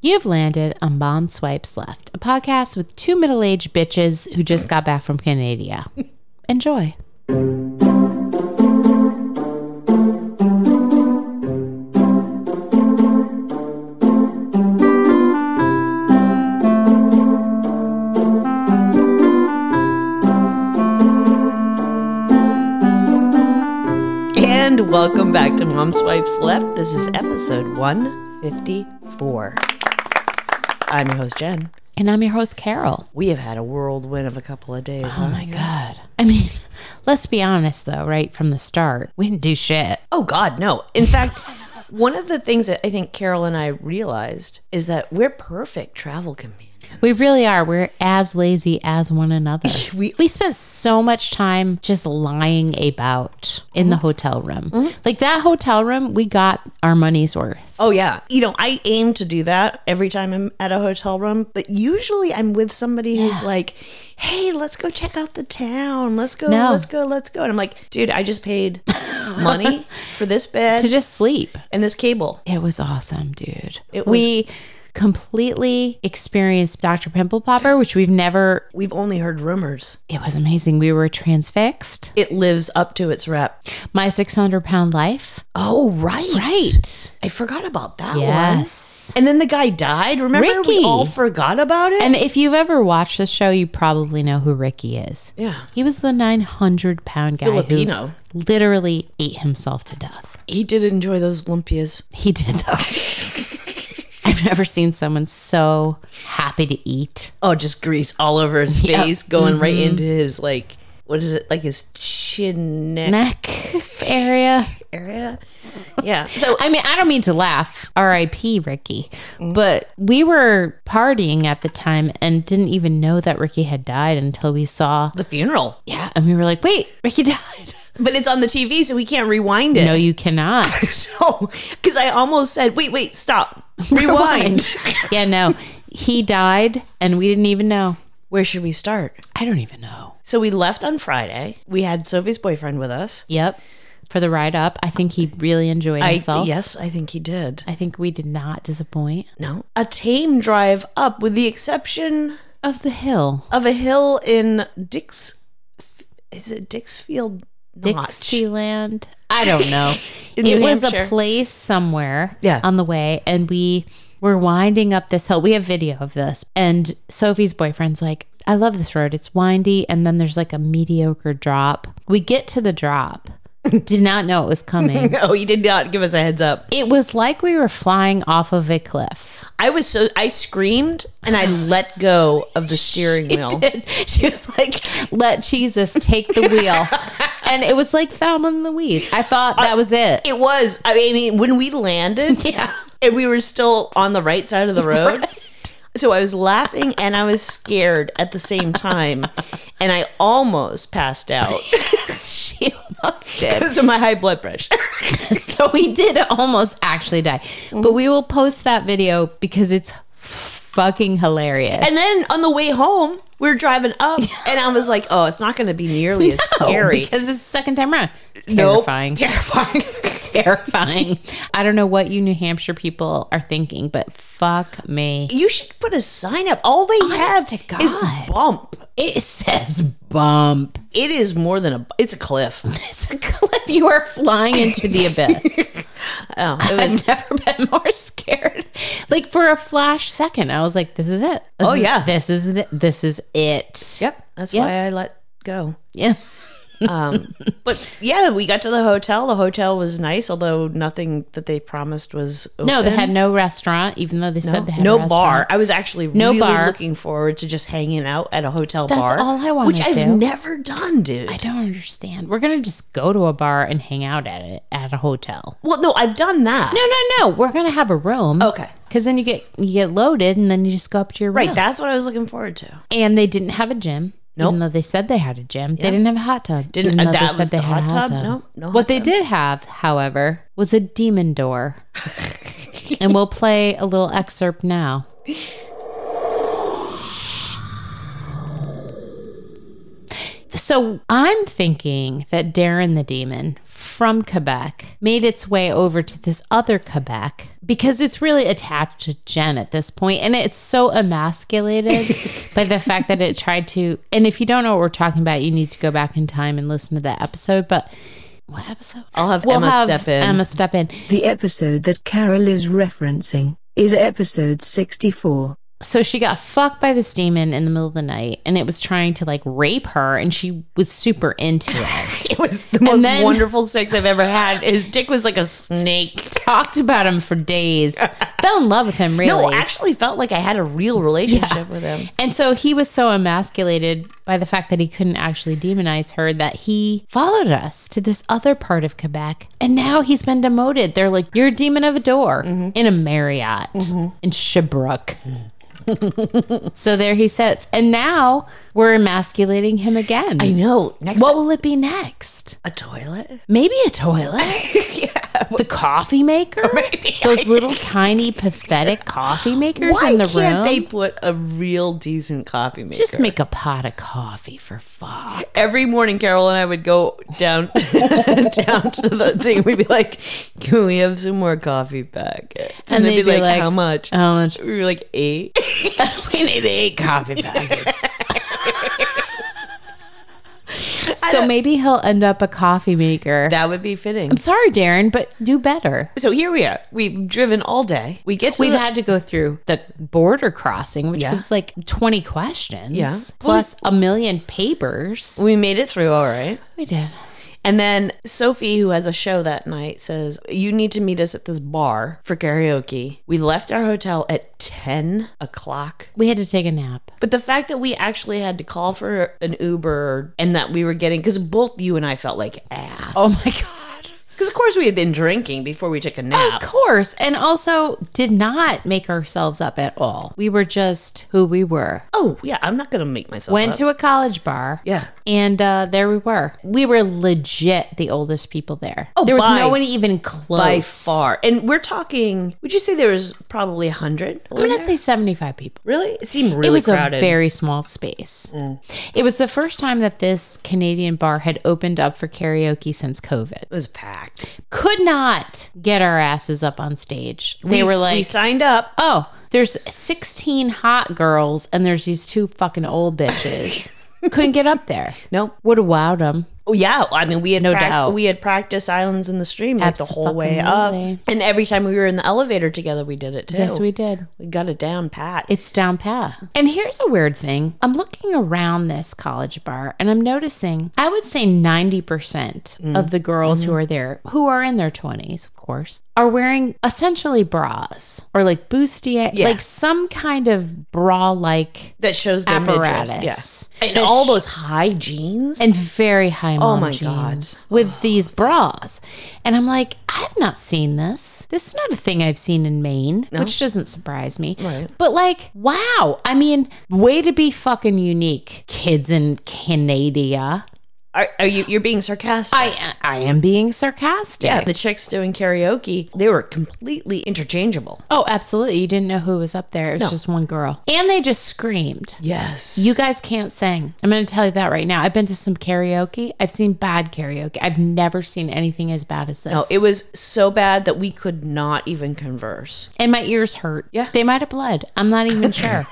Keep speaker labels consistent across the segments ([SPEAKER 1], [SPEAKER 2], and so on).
[SPEAKER 1] You've landed on Bomb Swipes Left, a podcast with two middle aged bitches who just got back from Canada. Enjoy.
[SPEAKER 2] And welcome back to Mom Swipes Left. This is episode 154. I'm your host, Jen.
[SPEAKER 1] And I'm your host, Carol.
[SPEAKER 2] We have had a whirlwind of a couple of days.
[SPEAKER 1] Oh my God. I mean, let's be honest though, right from the start, we didn't do shit.
[SPEAKER 2] Oh, God, no. In fact, one of the things that I think Carol and I realized is that we're perfect travel companions.
[SPEAKER 1] We really are. We're as lazy as one another.
[SPEAKER 2] We-
[SPEAKER 1] we spent so much time just lying about in the hotel room. Like that hotel room, we got our money's worth.
[SPEAKER 2] Oh, yeah. You know, I aim to do that every time I'm at a hotel room, but usually I'm with somebody who's like, hey, let's go check out the town. Let's go,
[SPEAKER 1] No.
[SPEAKER 2] let's go, let's go. And I'm like, dude, I just paid money for this bed.
[SPEAKER 1] To just sleep.
[SPEAKER 2] and this cable.
[SPEAKER 1] It was awesome, dude.
[SPEAKER 2] It
[SPEAKER 1] we completely experienced Dr. Pimple Popper, which we've never
[SPEAKER 2] We've only heard rumors.
[SPEAKER 1] it was amazing. We were transfixed.
[SPEAKER 2] It lives up to its rep.
[SPEAKER 1] My six hundred pound life.
[SPEAKER 2] Oh, right.
[SPEAKER 1] Right.
[SPEAKER 2] I forgot about that one.
[SPEAKER 1] Yes.
[SPEAKER 2] And then the guy died. Remember,
[SPEAKER 1] Ricky.
[SPEAKER 2] we all forgot about it?
[SPEAKER 1] And if you've ever watched the show, you probably know who Ricky is.
[SPEAKER 2] yeah.
[SPEAKER 1] He was the 900 pound guy
[SPEAKER 2] Filipino.
[SPEAKER 1] who literally ate himself to death.
[SPEAKER 2] He did enjoy those lumpias.
[SPEAKER 1] He did, though. I've never seen someone so happy to eat.
[SPEAKER 2] Oh, just grease all over his face, going right into his, like, what is it? Like his chin neck
[SPEAKER 1] Neck area.
[SPEAKER 2] area? Yeah. So,
[SPEAKER 1] I mean, I don't mean to laugh, RIP Ricky, but we were partying at the time and didn't even know that Ricky had died until we saw.
[SPEAKER 2] the funeral.
[SPEAKER 1] Yeah. And we were like, wait, Ricky died.
[SPEAKER 2] But it's on the TV, so we can't rewind it.
[SPEAKER 1] No, you cannot.
[SPEAKER 2] So, because I almost said, wait, wait, stop. Rewind.
[SPEAKER 1] yeah, no. He died and we didn't even know.
[SPEAKER 2] Where should we start?
[SPEAKER 1] I don't even know.
[SPEAKER 2] So we left on Friday. We had Sophie's boyfriend with us.
[SPEAKER 1] Yep. For the ride up, I think he really enjoyed
[SPEAKER 2] I,
[SPEAKER 1] himself.
[SPEAKER 2] yes, I think he did.
[SPEAKER 1] I think we did not disappoint.
[SPEAKER 2] No. A tame drive up, with the exception
[SPEAKER 1] Of the hill.
[SPEAKER 2] of a hill in Dix. Is it Dixfield Notch?
[SPEAKER 1] Dixieland. I don't know.
[SPEAKER 2] In
[SPEAKER 1] it
[SPEAKER 2] New
[SPEAKER 1] was a
[SPEAKER 2] Hampshire.
[SPEAKER 1] place somewhere
[SPEAKER 2] Yeah.
[SPEAKER 1] on the way, and we were winding up this hill. We have video of this. And Sophie's boyfriend's like, I love this road. It's windy. And then there's like a mediocre drop. We get to the drop. Did not know it was coming.
[SPEAKER 2] No, he did not give us a heads up.
[SPEAKER 1] It was like we were flying off of a cliff.
[SPEAKER 2] I was so I screamed and I let go of the steering wheel.
[SPEAKER 1] She was like, let Jesus take the wheel. and it was like Thelma and Louise. I thought that was it.
[SPEAKER 2] Uh, It was. I mean, when we landed,
[SPEAKER 1] Yeah.
[SPEAKER 2] and we were still on the right side of the road. So I was laughing and I was scared at the same time, and I almost passed out
[SPEAKER 1] she almost did.
[SPEAKER 2] because of my high blood pressure.
[SPEAKER 1] So we did almost actually die. But we will post that video because it's fucking hilarious.
[SPEAKER 2] And then on the way home, we were driving up, and I was like, "Oh, it's not going to be nearly as
[SPEAKER 1] No,
[SPEAKER 2] scary."
[SPEAKER 1] because it's the second time around.
[SPEAKER 2] Nope.
[SPEAKER 1] Terrifying.
[SPEAKER 2] terrifying.
[SPEAKER 1] Terrifying. I don't know what you New Hampshire people are thinking, but fuck me.
[SPEAKER 2] you should put a sign up. All they
[SPEAKER 1] Honest to
[SPEAKER 2] have is
[SPEAKER 1] God.
[SPEAKER 2] bump.
[SPEAKER 1] It says bump.
[SPEAKER 2] It is more than a. It's a cliff.
[SPEAKER 1] It's a cliff. You are flying into the abyss.
[SPEAKER 2] Oh, it
[SPEAKER 1] I've
[SPEAKER 2] was-
[SPEAKER 1] never been more scared. Like for a flash second, I was like, "This is it. This
[SPEAKER 2] Oh,
[SPEAKER 1] is-
[SPEAKER 2] yeah.
[SPEAKER 1] this is the, this is it."
[SPEAKER 2] yep. That's
[SPEAKER 1] Yep.
[SPEAKER 2] why I let go.
[SPEAKER 1] Yeah.
[SPEAKER 2] Um, but yeah, we got to the hotel. The hotel was nice, although nothing that they promised was open.
[SPEAKER 1] No, they had no restaurant, even though they said they had a
[SPEAKER 2] no
[SPEAKER 1] restaurant.
[SPEAKER 2] bar. I was actually
[SPEAKER 1] No
[SPEAKER 2] really
[SPEAKER 1] bar.
[SPEAKER 2] looking forward to just hanging out at a hotel
[SPEAKER 1] That's
[SPEAKER 2] bar.
[SPEAKER 1] all I wanna
[SPEAKER 2] which I've
[SPEAKER 1] do.
[SPEAKER 2] never done, dude.
[SPEAKER 1] I don't understand. We're gonna just go to a bar and hang out at it at a hotel.
[SPEAKER 2] well, no, I've done that.
[SPEAKER 1] No, no, no. We're gonna have a room.
[SPEAKER 2] Okay.
[SPEAKER 1] Because then you get you get loaded, and then you just go up to your
[SPEAKER 2] Oh. Right,
[SPEAKER 1] room.
[SPEAKER 2] that's what I was looking forward to.
[SPEAKER 1] and they didn't have a gym. Even though they said they had a gym, they didn't have a hot tub.
[SPEAKER 2] Didn't-
[SPEAKER 1] even though
[SPEAKER 2] that was the hot tub? No, no hot
[SPEAKER 1] What they did have, however, was a demon door. and we'll play a little excerpt now. So I'm thinking that Darren the demon from Quebec made its way over to this other Quebec because it's really attached to Jen at this point, and it's so emasculated by the fact that it tried to. And if you don't know what we're talking about, you need to go back in time and listen to that episode. But what episode?
[SPEAKER 2] I'll have Emma step in.
[SPEAKER 1] Emma step in.
[SPEAKER 3] The episode that Carol is referencing is episode 64.
[SPEAKER 1] so she got fucked by this demon in the middle of the night and it was trying to like rape her and she was super into it
[SPEAKER 2] It was the most
[SPEAKER 1] then-
[SPEAKER 2] wonderful sex I've ever had. His dick was like a snake.
[SPEAKER 1] talked about him for days fell in love with him really
[SPEAKER 2] No, actually felt like I had a real relationship with him.
[SPEAKER 1] and so he was so emasculated by the fact that he couldn't actually demonize her that he followed us to this other part of Quebec. And now he's been demoted. They're like, you're a demon of a door
[SPEAKER 2] Mm-hmm.
[SPEAKER 1] in a Marriott in Sherbrooke. so there he sits. And now we're emasculating him again.
[SPEAKER 2] I know. Next
[SPEAKER 1] What will it be next?
[SPEAKER 2] a toilet?
[SPEAKER 1] Maybe a toilet? The coffee maker? Those little tiny pathetic coffee makers
[SPEAKER 2] Why
[SPEAKER 1] in the
[SPEAKER 2] can't
[SPEAKER 1] room?
[SPEAKER 2] they put a real decent coffee maker?
[SPEAKER 1] Just make a pot of coffee for fuck.
[SPEAKER 2] every morning Carol and I would go down down to the thing. We'd be like, Can we have some more coffee packets? And,
[SPEAKER 1] And
[SPEAKER 2] they'd be,
[SPEAKER 1] they'd be
[SPEAKER 2] like,
[SPEAKER 1] like,
[SPEAKER 2] How much?
[SPEAKER 1] How much?
[SPEAKER 2] we were like eight.
[SPEAKER 1] We need eight coffee packets. so maybe he'll end up a coffee maker.
[SPEAKER 2] That would be fitting.
[SPEAKER 1] I'm sorry, Darren, but do better.
[SPEAKER 2] So here we are. We've driven all day. We get to
[SPEAKER 1] We've
[SPEAKER 2] the-
[SPEAKER 1] had to go through the border crossing, which
[SPEAKER 2] Yeah.
[SPEAKER 1] was like 20 questions,
[SPEAKER 2] Yeah.
[SPEAKER 1] plus a million papers.
[SPEAKER 2] we made it through all right.
[SPEAKER 1] We did.
[SPEAKER 2] And then Sophie, who has a show that night, says, You need to meet us at this bar for karaoke. We left our hotel at 10 o'clock.
[SPEAKER 1] We had to take a nap.
[SPEAKER 2] But the fact that we actually had to call for an Uber and that we were getting, because both you and I felt like ass. Oh my God. Because, of course, we had been drinking before we took a nap.
[SPEAKER 1] Of course. And also did not make ourselves up at all. We were just who we were.
[SPEAKER 2] Oh, yeah. I'm not going to make myself.
[SPEAKER 1] Went
[SPEAKER 2] up.
[SPEAKER 1] to a college bar.
[SPEAKER 2] Yeah.
[SPEAKER 1] And uh, there we were. We were legit the oldest people there. Oh, there was
[SPEAKER 2] by-
[SPEAKER 1] no one even close.
[SPEAKER 2] By far. And we're talking, would you say there was probably 100?
[SPEAKER 1] I'm going to say 75 people.
[SPEAKER 2] Really? It seemed really
[SPEAKER 1] it was
[SPEAKER 2] crowded. Mm.
[SPEAKER 1] a very small space. It was the first time that this Canadian bar had opened up for karaoke since COVID.
[SPEAKER 2] it was packed.
[SPEAKER 1] Could not get our asses up on stage. They
[SPEAKER 2] We-
[SPEAKER 1] were like,
[SPEAKER 2] we signed up.
[SPEAKER 1] Oh, there's 16 hot girls and there's these two fucking old bitches. Couldn't get up there.
[SPEAKER 2] Nope.
[SPEAKER 1] Would have wowed them.
[SPEAKER 2] Oh, yeah, I mean we had
[SPEAKER 1] No
[SPEAKER 2] prac-
[SPEAKER 1] doubt.
[SPEAKER 2] we had practiced Islands in the Stream like the whole way up,
[SPEAKER 1] Abso-fucking-lutely.
[SPEAKER 2] and every time we were in the elevator together, we did it too.
[SPEAKER 1] Yes, we did.
[SPEAKER 2] we got it down pat.
[SPEAKER 1] It's down pat. And here's a weird thing. I'm looking around this college bar and I'm noticing, I would say 90% of the girls who are there, who are in their 20s, of course, are wearing essentially bras or like bustier,
[SPEAKER 2] Yeah.
[SPEAKER 1] like some kind of bra like
[SPEAKER 2] that shows their
[SPEAKER 1] apparatus.
[SPEAKER 2] midriffs, yeah. and all those high jeans.
[SPEAKER 1] and very high mom
[SPEAKER 2] Oh my
[SPEAKER 1] jeans with these bras. And I'm like, I've not seen this. This is not a thing I've seen in Maine, which doesn't surprise me.
[SPEAKER 2] Right.
[SPEAKER 1] But like, wow. I mean, way to be fucking unique, kids in Canada.
[SPEAKER 2] are, are you you're being sarcastic?
[SPEAKER 1] I I am being sarcastic.
[SPEAKER 2] yeah, the chicks doing karaoke, they were completely interchangeable.
[SPEAKER 1] Oh, absolutely. You didn't know who was up there. It was just one girl. And they just screamed.
[SPEAKER 2] Yes,
[SPEAKER 1] You guys can't sing. I'm going to tell you that right now. I've been to some karaoke. I've seen bad karaoke. I've never seen anything as bad as this.
[SPEAKER 2] know, it was so bad that we could not even converse.
[SPEAKER 1] and my ears hurt.
[SPEAKER 2] Yeah.
[SPEAKER 1] They might have bled. I'm not even sure.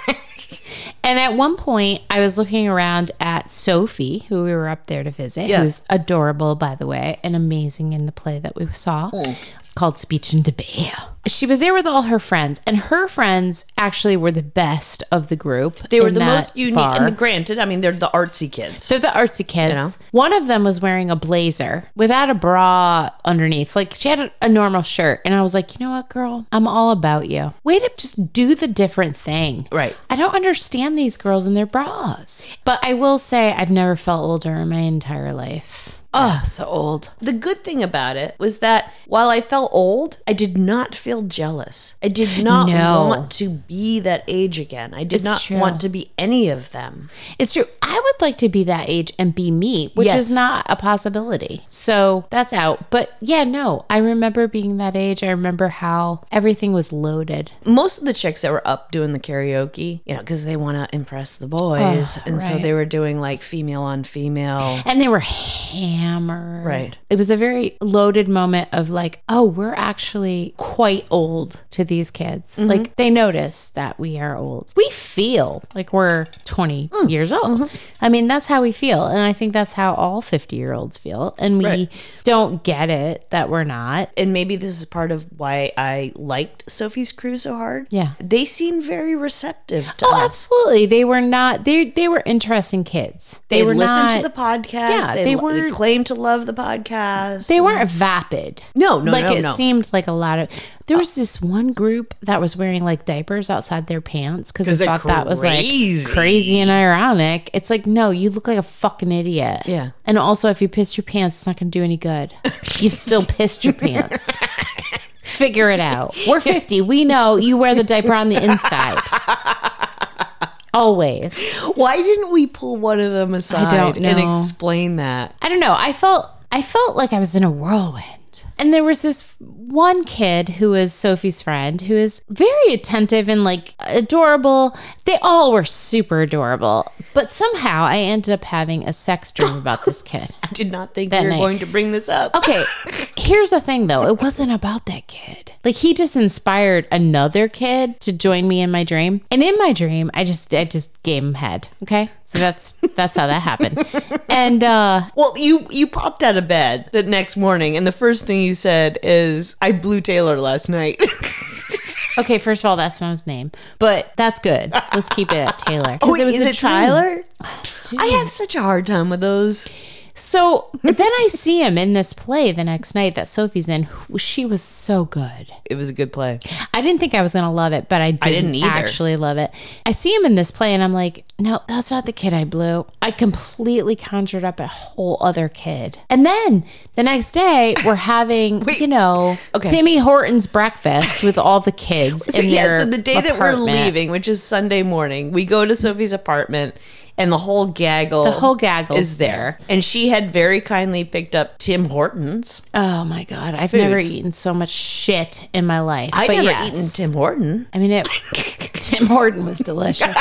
[SPEAKER 1] and at one point, I was looking around at Sophie, who we were up there to visit,
[SPEAKER 2] Yeah.
[SPEAKER 1] who's adorable, by the way, and amazing in the play that we saw
[SPEAKER 2] Oh.
[SPEAKER 1] called Speech and Debate. She was there with all her friends, and her friends actually were the best of the group.
[SPEAKER 2] They were
[SPEAKER 1] in
[SPEAKER 2] the
[SPEAKER 1] that
[SPEAKER 2] most unique.
[SPEAKER 1] bar.
[SPEAKER 2] And granted, I mean they're the artsy kids.
[SPEAKER 1] They're the artsy kids. One of them was wearing a blazer without a bra underneath. Like she had a, a normal shirt. And I was like, you know what, girl? I'm all about you. Way to just do the different thing.
[SPEAKER 2] Right.
[SPEAKER 1] I don't understand these girls and their bras. But I will say, I've never felt older in my entire life. Oh, so old.
[SPEAKER 2] The good thing about it was that while I felt old, I did not feel jealous. I did not
[SPEAKER 1] No.
[SPEAKER 2] want to be that age again. I did not
[SPEAKER 1] true.
[SPEAKER 2] want to be any of them.
[SPEAKER 1] It's true. I would like to be that age and be me, which
[SPEAKER 2] Yes.
[SPEAKER 1] is not a possibility. So that's out. But yeah, no, I remember being that age. I remember how everything was loaded.
[SPEAKER 2] Most of the chicks that were up doing the karaoke, you know, because they want to impress the boys. and so
[SPEAKER 1] right.
[SPEAKER 2] they were doing like female on female.
[SPEAKER 1] And they were hammered. hammered.
[SPEAKER 2] Right.
[SPEAKER 1] It was a very loaded moment of like, oh, we're actually quite old to these kids.
[SPEAKER 2] Mm-hmm.
[SPEAKER 1] Like they notice that we are old. We feel like we're 20
[SPEAKER 2] Mm-hmm.
[SPEAKER 1] years old. I mean, that's how we feel. And I think that's how all 50 year olds feel. And we
[SPEAKER 2] Right.
[SPEAKER 1] don't get it that we're not.
[SPEAKER 2] And maybe this is part of why I liked Sophie's crew so hard.
[SPEAKER 1] Yeah.
[SPEAKER 2] They seem very receptive to
[SPEAKER 1] Oh,
[SPEAKER 2] us.
[SPEAKER 1] absolutely. They were not, they, they were interesting kids.
[SPEAKER 2] They,
[SPEAKER 1] were
[SPEAKER 2] listened
[SPEAKER 1] not-
[SPEAKER 2] to the podcast.
[SPEAKER 1] Yeah,
[SPEAKER 2] they,
[SPEAKER 1] they
[SPEAKER 2] lo- they
[SPEAKER 1] weren't-
[SPEAKER 2] claimed to love the podcast.
[SPEAKER 1] They weren't vapid.
[SPEAKER 2] No, no,
[SPEAKER 1] like
[SPEAKER 2] no,
[SPEAKER 1] it
[SPEAKER 2] no. Uh,
[SPEAKER 1] seemed like a lot of. There was this one group that was wearing like diapers outside their pants because
[SPEAKER 2] 'Cause
[SPEAKER 1] they
[SPEAKER 2] they're
[SPEAKER 1] thought that was like
[SPEAKER 2] crazy.
[SPEAKER 1] crazy and ironic. It's like no, you look like a fucking idiot.
[SPEAKER 2] Yeah.
[SPEAKER 1] And also, if you piss your pants, it's not going to do any good. You've still pissed your pants. Figure it out. We're fifty. We know you wear the diaper on the inside. Always.
[SPEAKER 2] Why didn't we pull one of them aside
[SPEAKER 1] don't
[SPEAKER 2] and
[SPEAKER 1] know.
[SPEAKER 2] explain that?
[SPEAKER 1] I don't know. I felt I felt like I was in a whirlwind. And there was this one kid who was Sophie's friend who is very attentive and like adorable. They all were super adorable. But somehow I ended up having a sex dream about this kid.
[SPEAKER 2] I did not think
[SPEAKER 1] That
[SPEAKER 2] we were
[SPEAKER 1] night.
[SPEAKER 2] going to bring this up.
[SPEAKER 1] Okay, here's the thing though. It wasn't about that kid. Like he just inspired another kid to join me in my dream. And in my dream, I just I just gave him head. Okay? So that's that's how that happened. And uh
[SPEAKER 2] Well, you you popped out of bed the next morning, and the first thing you said is, "I blew Taylor last night."
[SPEAKER 1] Okay, first of all, that's not his name, but that's good. Let's keep it at Taylor. 'Cause
[SPEAKER 2] Wait,
[SPEAKER 1] was
[SPEAKER 2] Oh, is
[SPEAKER 1] a
[SPEAKER 2] it
[SPEAKER 1] dream.
[SPEAKER 2] Tyler?
[SPEAKER 1] Dude.
[SPEAKER 2] I have such a hard time with those.
[SPEAKER 1] So then I see him in this play the next night that Sophie's in. Who- She was so good.
[SPEAKER 2] It was a good play.
[SPEAKER 1] I didn't think I was going to love it, but I didn't,
[SPEAKER 2] didn't either.
[SPEAKER 1] actually love it. I see him in this play and I'm like, no, that's not the kid I blew. I completely conjured up a whole other kid. And then the next day, we're having, you know,
[SPEAKER 2] Okay.
[SPEAKER 1] Timmy Horton's breakfast with all the kids.
[SPEAKER 2] So,
[SPEAKER 1] in
[SPEAKER 2] yeah,
[SPEAKER 1] their
[SPEAKER 2] so the day that we're
[SPEAKER 1] apartment.
[SPEAKER 2] leaving, which is Sunday morning, we go to Sophie's apartment and the whole gaggle
[SPEAKER 1] The whole gaggle's
[SPEAKER 2] is there. And she had very kindly picked up Tim Hortons.
[SPEAKER 1] Oh my god, I've
[SPEAKER 2] Food.
[SPEAKER 1] never eaten so much shit in my life.
[SPEAKER 2] I
[SPEAKER 1] but
[SPEAKER 2] never
[SPEAKER 1] yes.
[SPEAKER 2] eaten Tim Horton.
[SPEAKER 1] I mean, it, Tim Horton was delicious.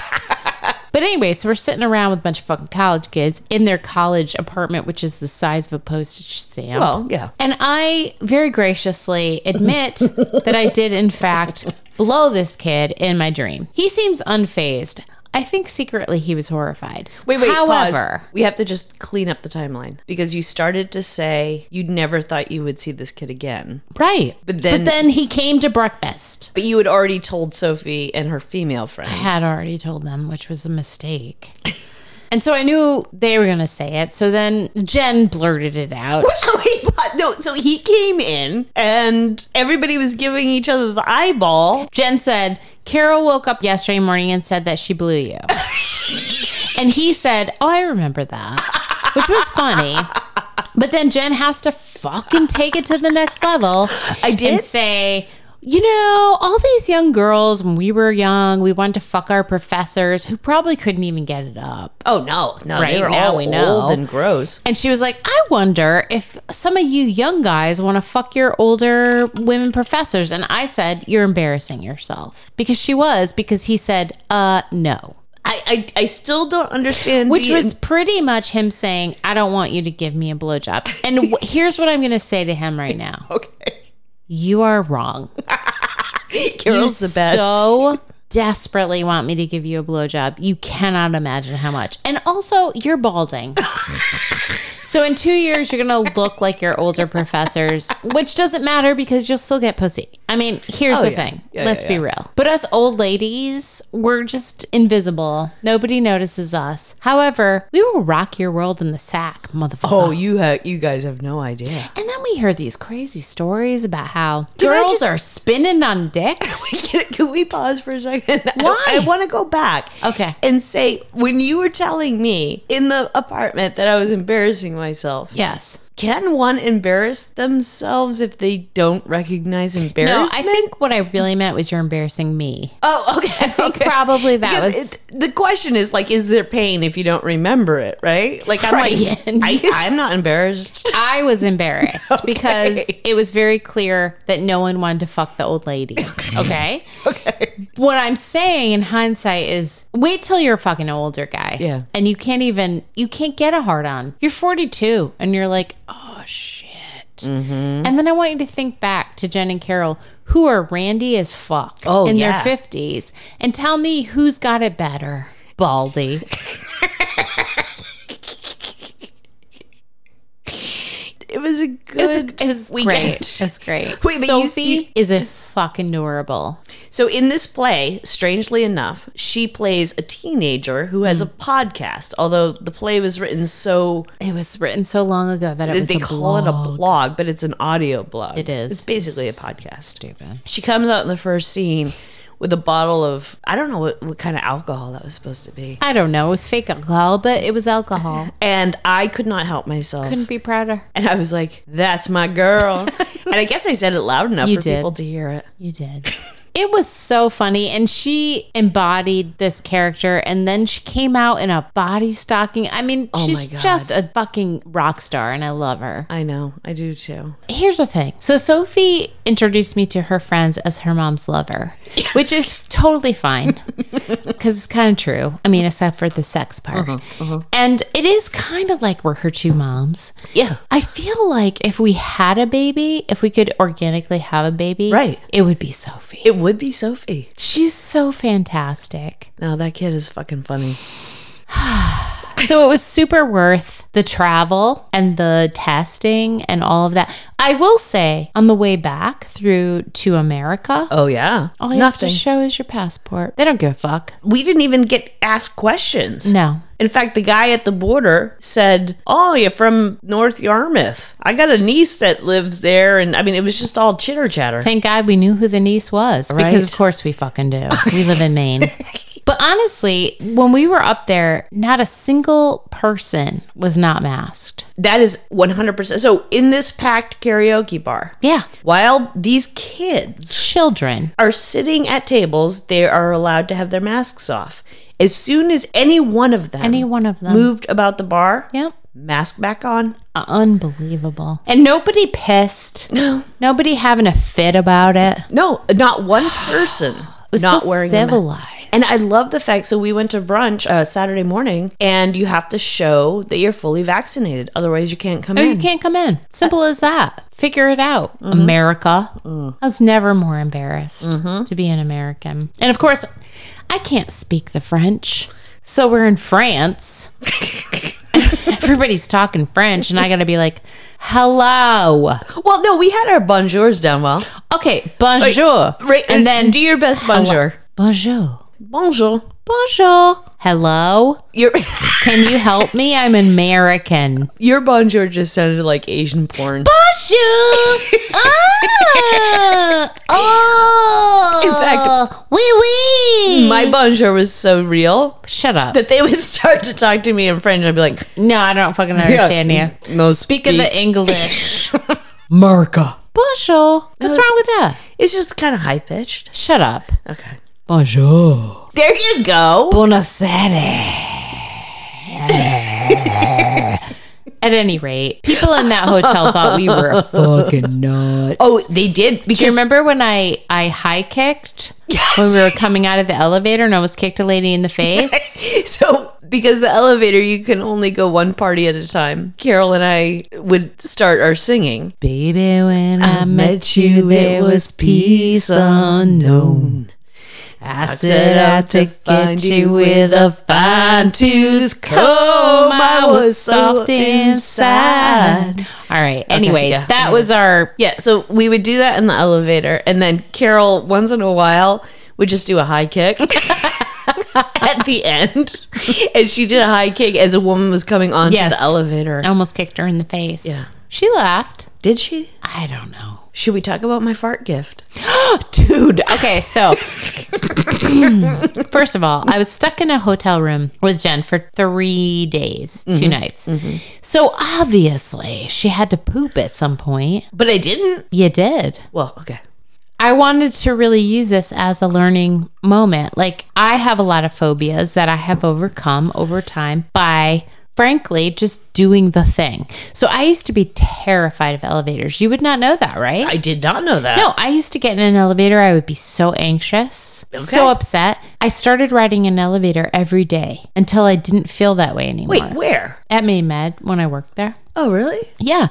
[SPEAKER 1] But anyway, so we're sitting around with a bunch of fucking college kids in their college apartment, which is the size of a postage stamp.
[SPEAKER 2] Well, yeah.
[SPEAKER 1] And I very graciously admit that I did, in fact, blow this kid in my dream. He seems unfazed. I think secretly he was horrified.
[SPEAKER 2] Wait, wait,
[SPEAKER 1] However,
[SPEAKER 2] pause. We have to just clean up the timeline because you started to say you never thought you would see this kid again.
[SPEAKER 1] right.
[SPEAKER 2] But
[SPEAKER 1] but
[SPEAKER 2] then-
[SPEAKER 1] then he came to breakfast.
[SPEAKER 2] But you had already told Sophie and her female friends.
[SPEAKER 1] I had already told them, which was a mistake. and so I knew they were going to say it. So then Jen blurted it out.
[SPEAKER 2] So he bought- no, so he came in and everybody was giving each other the eyeball.
[SPEAKER 1] Jen said, Carol woke up yesterday morning and said that she blew you. and he said, Oh, I remember that, which was funny. But then Jen has to fucking take it to the next level.
[SPEAKER 2] I
[SPEAKER 1] and
[SPEAKER 2] did.
[SPEAKER 1] say, you know, all these young girls, when we were young, we wanted to fuck our professors who probably couldn't even get it up.
[SPEAKER 2] Oh no, no,
[SPEAKER 1] Right,
[SPEAKER 2] they were
[SPEAKER 1] now
[SPEAKER 2] all
[SPEAKER 1] we
[SPEAKER 2] old
[SPEAKER 1] know.
[SPEAKER 2] and gross.
[SPEAKER 1] And she was like, I wonder if some of you young guys want to fuck your older women professors. And I said, You're embarrassing yourself. Because she was, because he said, Uh, no.
[SPEAKER 2] I, I, I still don't understand.
[SPEAKER 1] Which
[SPEAKER 2] the-
[SPEAKER 1] was pretty much him saying, I don't want you to give me a blowjob. And w- here's what I'm going to say to him right now
[SPEAKER 2] okay.
[SPEAKER 1] You are wrong.
[SPEAKER 2] Carol's
[SPEAKER 1] you
[SPEAKER 2] the best.
[SPEAKER 1] So desperately want me to give you a blowjob. You cannot imagine how much. And also, you're balding. so in two years, you're gonna look like your older professors, which doesn't matter because you'll still get pussy. I mean, here's the
[SPEAKER 2] Oh, yeah.
[SPEAKER 1] thing.
[SPEAKER 2] Yeah,
[SPEAKER 1] Let's
[SPEAKER 2] yeah,
[SPEAKER 1] be
[SPEAKER 2] yeah.
[SPEAKER 1] real. But us old ladies, we're just invisible. Nobody notices us. However, we will rock your world in the sack, motherfucker.
[SPEAKER 2] oh, you ha- you guys have no idea.
[SPEAKER 1] And then we hear these crazy stories about how
[SPEAKER 2] I
[SPEAKER 1] girls
[SPEAKER 2] just-
[SPEAKER 1] are spinning on dicks.
[SPEAKER 2] Can, can we pause for a second?
[SPEAKER 1] Why?
[SPEAKER 2] I, want to go back.
[SPEAKER 1] Okay.
[SPEAKER 2] And say when you were telling me in the apartment that I was embarrassing myself.
[SPEAKER 1] yes.
[SPEAKER 2] Can one embarrass themselves if they don't recognize embarrassment?
[SPEAKER 1] No, I think what I really meant was you're embarrassing me.
[SPEAKER 2] Oh, okay. I
[SPEAKER 1] think probably that was-
[SPEAKER 2] the question is like, is there pain if you don't remember it, right? Like, I'm
[SPEAKER 1] Right.
[SPEAKER 2] like, I, I'm not embarrassed.
[SPEAKER 1] I was embarrassed because it was very clear that no one wanted to fuck the old ladies. Okay. okay. What I'm saying in hindsight is wait till you're a fucking older guy.
[SPEAKER 2] Yeah.
[SPEAKER 1] And you can't even, you can't get a hard on. You're 42 and you're like, oh shit.
[SPEAKER 2] Mm-hmm.
[SPEAKER 1] And then I want you to think back to Jen and Carol, who are randy as fuck
[SPEAKER 2] Oh,
[SPEAKER 1] in
[SPEAKER 2] yeah.
[SPEAKER 1] their 50s, and tell me who's got it better. Baldy.
[SPEAKER 2] It was a
[SPEAKER 1] It was,
[SPEAKER 2] good
[SPEAKER 1] it was
[SPEAKER 2] weekend.
[SPEAKER 1] great. It was great.
[SPEAKER 2] Wait, but you-
[SPEAKER 1] Sophie
[SPEAKER 2] you-
[SPEAKER 1] is a fucking adorable.
[SPEAKER 2] So in this play, strangely enough, she plays a teenager who
[SPEAKER 1] Hmm.
[SPEAKER 2] has a podcast. Although the play was written so
[SPEAKER 1] It was written so long ago that it was
[SPEAKER 2] they
[SPEAKER 1] a
[SPEAKER 2] call it
[SPEAKER 1] blog.
[SPEAKER 2] a blog, but it's an audio blog.
[SPEAKER 1] It is.
[SPEAKER 2] It's basically a podcast.
[SPEAKER 1] Stupid.
[SPEAKER 2] She comes out in the first scene with a bottle of I don't know what, what kind of alcohol that was supposed to be.
[SPEAKER 1] I don't know. It was fake alcohol, but it was alcohol.
[SPEAKER 2] And I could not help myself.
[SPEAKER 1] Couldn't be prouder.
[SPEAKER 2] and I was like, "That's my girl." and I guess I said it loud enough
[SPEAKER 1] You
[SPEAKER 2] for
[SPEAKER 1] did.
[SPEAKER 2] people to hear it.
[SPEAKER 1] You did. It was so funny. And she embodied this character. And then she came out in a body stocking. I mean, she's
[SPEAKER 2] Oh my God.
[SPEAKER 1] just a fucking rock star. And I love her.
[SPEAKER 2] I know. I do too.
[SPEAKER 1] Here's the thing. So, Sophie introduced me to her friends as her mom's lover, which is totally fine because it's kind of true. I mean, except for the sex part. And it is kind of like we're her two moms.
[SPEAKER 2] Yeah.
[SPEAKER 1] I feel like if we had a baby, if we could organically have a baby,
[SPEAKER 2] Right.
[SPEAKER 1] it would be Sophie.
[SPEAKER 2] It would be Sophie.
[SPEAKER 1] She's so fantastic.
[SPEAKER 2] No, that kid is fucking funny.
[SPEAKER 1] So it was super worth the travel and the testing and all of that. I will say on the way back through to America,
[SPEAKER 2] Oh yeah.
[SPEAKER 1] all you
[SPEAKER 2] Nothing.
[SPEAKER 1] have to show is your passport. They don't give a fuck.
[SPEAKER 2] we didn't even get asked questions.
[SPEAKER 1] No.
[SPEAKER 2] In fact, the guy at the border said, "Oh, you're from North Yarmouth. I got a niece that lives there." And I mean, it was just all chitter chatter.
[SPEAKER 1] Thank God we knew who the niece was because, of
[SPEAKER 2] Right.
[SPEAKER 1] course, we fucking do. We live in Maine. But honestly, when we were up there, not a single person was not masked.
[SPEAKER 2] That is 100%. So, in this packed karaoke bar,
[SPEAKER 1] Yeah.
[SPEAKER 2] while these kids
[SPEAKER 1] Children.
[SPEAKER 2] are sitting at tables, they are allowed to have their masks off. As soon as any one of them
[SPEAKER 1] Any one of them.
[SPEAKER 2] moved about the bar,
[SPEAKER 1] Yep.
[SPEAKER 2] mask back on.
[SPEAKER 1] Unbelievable. And nobody pissed. No. Nobody having a fit about it. It
[SPEAKER 2] No, not one person
[SPEAKER 1] was
[SPEAKER 2] not
[SPEAKER 1] so
[SPEAKER 2] wearing a mask.
[SPEAKER 1] civilized.
[SPEAKER 2] And I love the fact. So we went to brunch uh, Saturday morning, and you have to show that you're fully vaccinated. Otherwise, you can't come
[SPEAKER 1] No,
[SPEAKER 2] in.
[SPEAKER 1] you can't come in. Simple as that. Figure it out,
[SPEAKER 2] Mm-hmm.
[SPEAKER 1] America.
[SPEAKER 2] Mm.
[SPEAKER 1] I was never more embarrassed
[SPEAKER 2] Mm-hmm.
[SPEAKER 1] to be an American. And of course, I can't speak the French. So we're in France. Everybody's talking French, and I got to be like, hello.
[SPEAKER 2] Well, no, we had our bonjours down well.
[SPEAKER 1] Okay, bonjour.
[SPEAKER 2] Right, uh,
[SPEAKER 1] and then
[SPEAKER 2] do your best bonjour.
[SPEAKER 1] bonjour.
[SPEAKER 2] Bonjour.
[SPEAKER 1] Bonjour. Hello.
[SPEAKER 2] Your
[SPEAKER 1] Can you help me? I'm American.
[SPEAKER 2] your bonjour just sounded like Asian porn.
[SPEAKER 1] Bonjour. Ah. Oh.
[SPEAKER 2] In fact-
[SPEAKER 1] wee wee.
[SPEAKER 2] My bonjour was so real
[SPEAKER 1] Shut up.
[SPEAKER 2] that they would start to talk to me in French. I'd be like,
[SPEAKER 1] no, I don't fucking understand you.
[SPEAKER 2] mm, No,
[SPEAKER 1] Speak of the English. America. Bonjour. What's wrong with that?
[SPEAKER 2] It's just kind of high pitched.
[SPEAKER 1] Shut up.
[SPEAKER 2] Okay.
[SPEAKER 1] Bonjour.
[SPEAKER 2] There you go.
[SPEAKER 1] Buonasera. At any rate, people in that hotel thought we were fucking nuts.
[SPEAKER 2] Oh, they did because
[SPEAKER 1] Do you remember when I I high kicked when we were coming out of the elevator and almost kicked a lady in the face?
[SPEAKER 2] So, because the elevator, you can only go one party at a time. Carol and I would start our singing.
[SPEAKER 1] Baby, when I, met you, there was peace unknown. I set out to find you with a fine tooth comb. I was soft inside. All right. Anyway,
[SPEAKER 2] yeah.
[SPEAKER 1] that was our
[SPEAKER 2] Yeah, so we would do that in the elevator. And then Carol, once in a while, would just do a high kick at the end. And she did a high kick as a woman was coming onto
[SPEAKER 1] Yes. Oh.
[SPEAKER 2] the elevator.
[SPEAKER 1] I almost kicked her in the face. Yeah. She laughed.
[SPEAKER 2] Did she?
[SPEAKER 1] I don't know.
[SPEAKER 2] Should we talk about my fart gift?
[SPEAKER 1] Dude. Okay, so first of all, I was stuck in a hotel room with Jen for three days, two nights. So obviously she had to poop at some point.
[SPEAKER 2] But I didn't.
[SPEAKER 1] You did.
[SPEAKER 2] Well, okay.
[SPEAKER 1] I wanted to really use this as a learning moment. Like, I have a lot of phobias that I have overcome over time by frankly just doing the thing. So I used to be terrified of elevators. You would not know that, right?
[SPEAKER 2] I did not know that.
[SPEAKER 1] No, I used to get in an elevator. I would be so anxious, so upset. I started riding an elevator every day until I didn't feel that way anymore.
[SPEAKER 2] Wait, where?
[SPEAKER 1] At Med when I worked there.
[SPEAKER 2] Oh, really?
[SPEAKER 1] Yeah.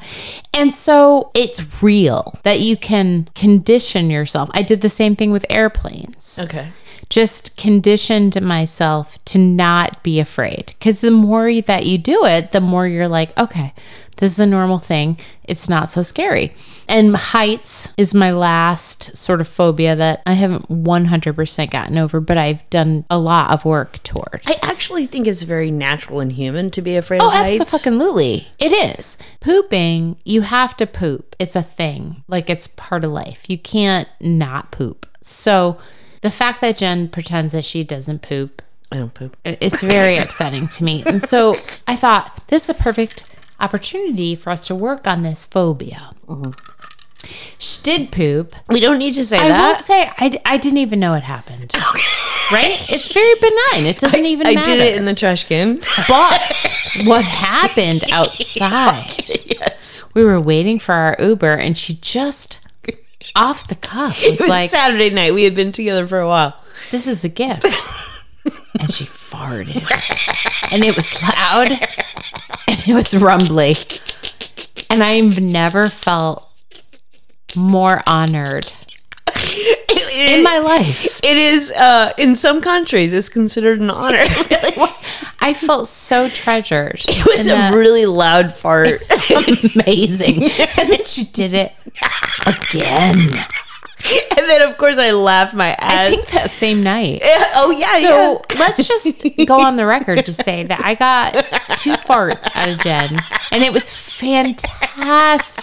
[SPEAKER 1] And so it's real that you can condition yourself. I did the same thing with airplanes.
[SPEAKER 2] Okay.
[SPEAKER 1] Just conditioned myself to not be afraid. Because the more you- that you do it, the more you're like, okay, this is a normal thing. It's not so scary. And heights is my last sort of phobia that I haven't 100% gotten over, but I've done a lot of work toward.
[SPEAKER 2] I actually think it's very natural and human to be afraid
[SPEAKER 1] Oh,
[SPEAKER 2] of heights.
[SPEAKER 1] absolutely. It is. Pooping, you have to poop. It's a thing. Like it's part of life. You can't not poop. So the fact that Jen pretends that she doesn't poop,
[SPEAKER 2] I don't poop.
[SPEAKER 1] i- it's very upsetting to me. And so I thought this is a perfect opportunity for us to work on this phobia. She did poop.
[SPEAKER 2] We don't need to say
[SPEAKER 1] I will
[SPEAKER 2] that.
[SPEAKER 1] say, I, d- I didn't even know it happened. Right? It's very benign. It doesn't even
[SPEAKER 2] I
[SPEAKER 1] matter.
[SPEAKER 2] did it in the trash can.
[SPEAKER 1] But what happened outside?
[SPEAKER 2] yes.
[SPEAKER 1] We were waiting for our Uber, and she just off the cuff was,
[SPEAKER 2] It was
[SPEAKER 1] like,
[SPEAKER 2] Saturday night. We had been together for a while.
[SPEAKER 1] "This is a gift," and she farted, and it was loud, and it was rumbly, and I've never felt more honored in my life.
[SPEAKER 2] It is uh, in some countries it's considered an honor. it
[SPEAKER 1] I felt so treasured. It
[SPEAKER 2] was a really loud fart.
[SPEAKER 1] amazing, and then she did it again.
[SPEAKER 2] and then of course I laughed my
[SPEAKER 1] I
[SPEAKER 2] ass.
[SPEAKER 1] think that same night.
[SPEAKER 2] oh yeah,
[SPEAKER 1] So let's just go on the record to say that I got two farts out of Jen, and it was fantastic.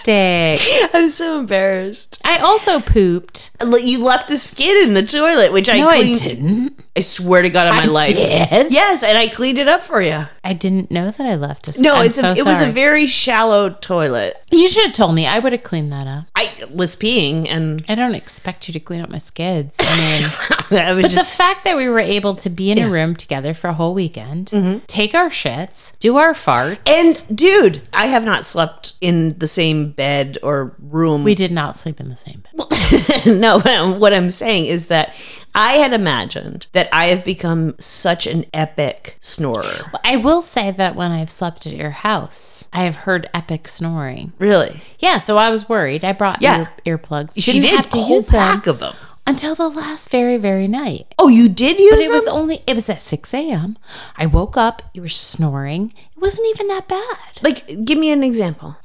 [SPEAKER 2] yeah. I'm so embarrassed.
[SPEAKER 1] I also pooped.
[SPEAKER 2] Like, You left a skin in the toilet, which
[SPEAKER 1] No,
[SPEAKER 2] Oh, I
[SPEAKER 1] I
[SPEAKER 2] cleaned.
[SPEAKER 1] didn't.
[SPEAKER 2] I swear to God on my
[SPEAKER 1] I
[SPEAKER 2] life.
[SPEAKER 1] did.
[SPEAKER 2] Yes, and I cleaned it up for you.
[SPEAKER 1] I didn't know that I left a.
[SPEAKER 2] No,
[SPEAKER 1] I'm
[SPEAKER 2] it's a,
[SPEAKER 1] so
[SPEAKER 2] it was a
[SPEAKER 1] sorry.
[SPEAKER 2] very shallow toilet.
[SPEAKER 1] you should have told me. I would have cleaned that up.
[SPEAKER 2] I was peeing and
[SPEAKER 1] I don't expect you to clean up my skids. I mean.
[SPEAKER 2] I was
[SPEAKER 1] But
[SPEAKER 2] just
[SPEAKER 1] the fact that we were able to be in a room together for a whole weekend, take our shits, do our farts,
[SPEAKER 2] Mm-hmm. and dude, I have not slept in the same bed or room.
[SPEAKER 1] we did not sleep in the same bed.
[SPEAKER 2] no, what I'm, what I'm saying is that I had imagined that I have become such an epic snorer.
[SPEAKER 1] I will say that when I've slept at your house, I have heard epic snoring.
[SPEAKER 2] Really?
[SPEAKER 1] Yeah, so I was worried. I brought
[SPEAKER 2] Yeah.
[SPEAKER 1] ear, earplugs.
[SPEAKER 2] she
[SPEAKER 1] Didn't
[SPEAKER 2] did
[SPEAKER 1] have to
[SPEAKER 2] a whole
[SPEAKER 1] use them
[SPEAKER 2] pack of them.
[SPEAKER 1] until the last very, very night.
[SPEAKER 2] Oh, you did use
[SPEAKER 1] But it was
[SPEAKER 2] them?
[SPEAKER 1] only it was at six a.m. I woke up. You were snoring. It wasn't even that bad.
[SPEAKER 2] Like, give me an example.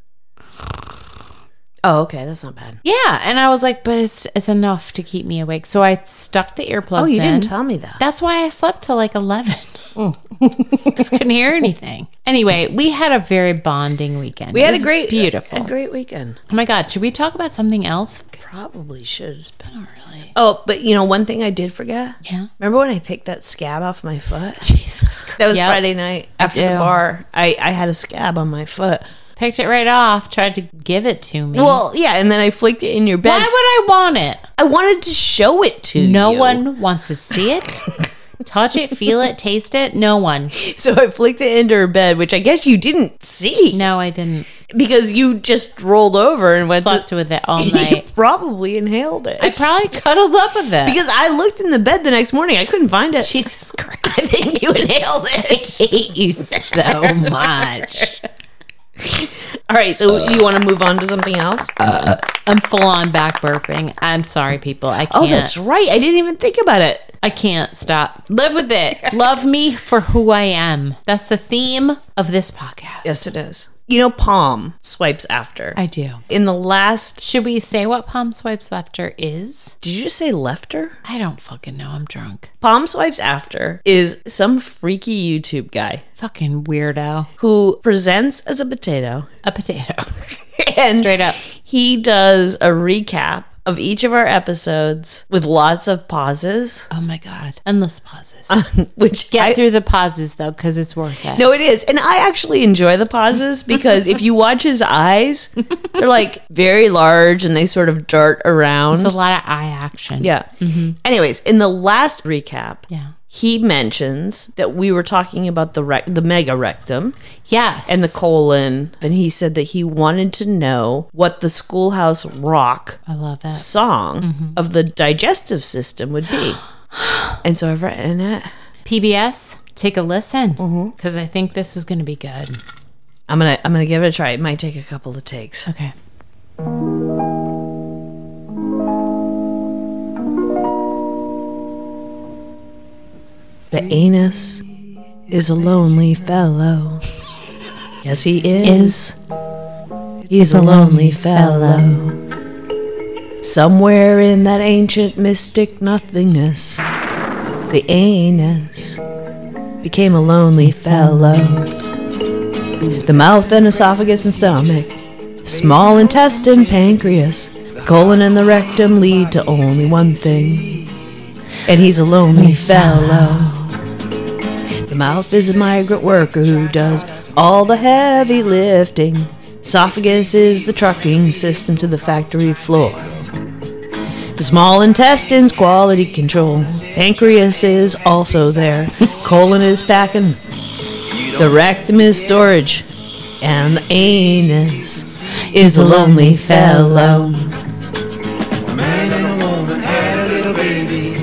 [SPEAKER 2] Oh, okay, that's not bad.
[SPEAKER 1] Yeah, and I was like, but it's, it's enough to keep me awake. So I stuck the earplugs.
[SPEAKER 2] Oh, you
[SPEAKER 1] in.
[SPEAKER 2] didn't Mm. tell me that.
[SPEAKER 1] That's why I slept till like 11. Just couldn't hear anything. Anyway, we had a very bonding weekend.
[SPEAKER 2] we
[SPEAKER 1] It
[SPEAKER 2] had a
[SPEAKER 1] was
[SPEAKER 2] great,
[SPEAKER 1] beautiful.
[SPEAKER 2] a great weekend.
[SPEAKER 1] oh my God, should we talk about something else?
[SPEAKER 2] Probably should.
[SPEAKER 1] Not really.
[SPEAKER 2] Oh, but you know, one thing I did forget.
[SPEAKER 1] Yeah.
[SPEAKER 2] Remember when I picked that scab off my foot?
[SPEAKER 1] Jesus Christ.
[SPEAKER 2] That was
[SPEAKER 1] Yep.
[SPEAKER 2] Friday night after
[SPEAKER 1] do. Mm.
[SPEAKER 2] the bar. I, I had a scab on my foot.
[SPEAKER 1] Picked it right off, tried to give it to me.
[SPEAKER 2] Well, yeah, and then I flicked it in your
[SPEAKER 1] why
[SPEAKER 2] bed.
[SPEAKER 1] would I want it?
[SPEAKER 2] I wanted to show it to
[SPEAKER 1] No
[SPEAKER 2] you.
[SPEAKER 1] one wants to see it, touch it, feel it, taste it. No one.
[SPEAKER 2] So I flicked it into her bed, which I guess you didn't see
[SPEAKER 1] No, I didn't.
[SPEAKER 2] because you just rolled over and went
[SPEAKER 1] Slept with it all
[SPEAKER 2] to. You
[SPEAKER 1] night.
[SPEAKER 2] probably inhaled it.
[SPEAKER 1] I probably cuddled up with it.
[SPEAKER 2] because I looked in the bed the next morning. I couldn't find it.
[SPEAKER 1] Jesus Christ.
[SPEAKER 2] I think you inhaled it.
[SPEAKER 1] hate you so much.
[SPEAKER 2] All right, so you want to move on to something else?
[SPEAKER 1] I'm full on back burping. I'm sorry, people. I can't.
[SPEAKER 2] oh, that's right. I didn't even think about it.
[SPEAKER 1] I can't stop. Live with it. Love me for who I am. That's the theme of this podcast.
[SPEAKER 2] Yes, it is. You know, Palm swipes after.
[SPEAKER 1] I do.
[SPEAKER 2] in the last,
[SPEAKER 1] Should we say what palm swipes after is?
[SPEAKER 2] did you just say lefter?
[SPEAKER 1] I don't fucking know. I'm drunk.
[SPEAKER 2] Palm swipes after is some freaky YouTube guy
[SPEAKER 1] Fucking weirdo.
[SPEAKER 2] who presents as a potato
[SPEAKER 1] A potato.
[SPEAKER 2] and
[SPEAKER 1] Straight up.
[SPEAKER 2] he does a recap of each of our episodes with lots of pauses,
[SPEAKER 1] Oh my god. Endless pauses.
[SPEAKER 2] which
[SPEAKER 1] Get
[SPEAKER 2] Uh, I-
[SPEAKER 1] through the pauses though, because it's worth it.
[SPEAKER 2] No, it is. And I actually enjoy the pauses because if you watch his eyes, they're like very large and they sort of dart around.
[SPEAKER 1] It's a lot of eye action.
[SPEAKER 2] yeah. Anyways, in the last recap,
[SPEAKER 1] Yeah.
[SPEAKER 2] he mentions that we were talking about the rec- the mega rectum
[SPEAKER 1] Yes.
[SPEAKER 2] and the colon, and he said that he wanted to know what the schoolhouse rock
[SPEAKER 1] I love it.
[SPEAKER 2] song of the digestive system would be. And so I've written it.
[SPEAKER 1] PBS, take a listen
[SPEAKER 2] Mm-hmm.
[SPEAKER 1] because I think this is going to be good.
[SPEAKER 2] I'm gonna I'm gonna give it a try. It might take a couple of takes.
[SPEAKER 1] Okay.
[SPEAKER 2] The anus is a lonely fellow. Yes, he is. He's a lonely fellow. Somewhere in that ancient mystic nothingness, the anus became a lonely fellow. The mouth and esophagus and stomach, small intestine, pancreas, the colon and the rectum lead to only one thing. And he's a lonely fellow. The mouth is a migrant worker who does all the heavy lifting. Esophagus is the trucking system to the factory floor. The small intestine's quality control. Pancreas is also there. Colon is packing. The rectum is storage. And the anus is a lonely fellow.
[SPEAKER 4] Man and a woman had a little baby.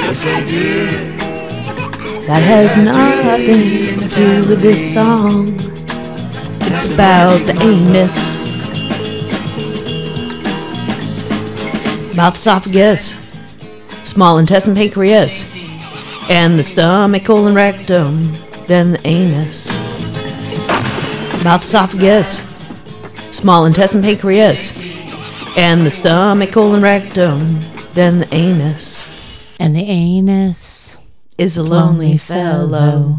[SPEAKER 4] Yes, they did.
[SPEAKER 2] That has nothing to do with this song. It's about the anus. Mouth esophagus, small intestine pancreas, and the stomach, colon, rectum, then the anus. Mouth esophagus, small intestine pancreas, and the stomach, colon, rectum, then the anus
[SPEAKER 1] And the anus.
[SPEAKER 2] is a lonely fellow.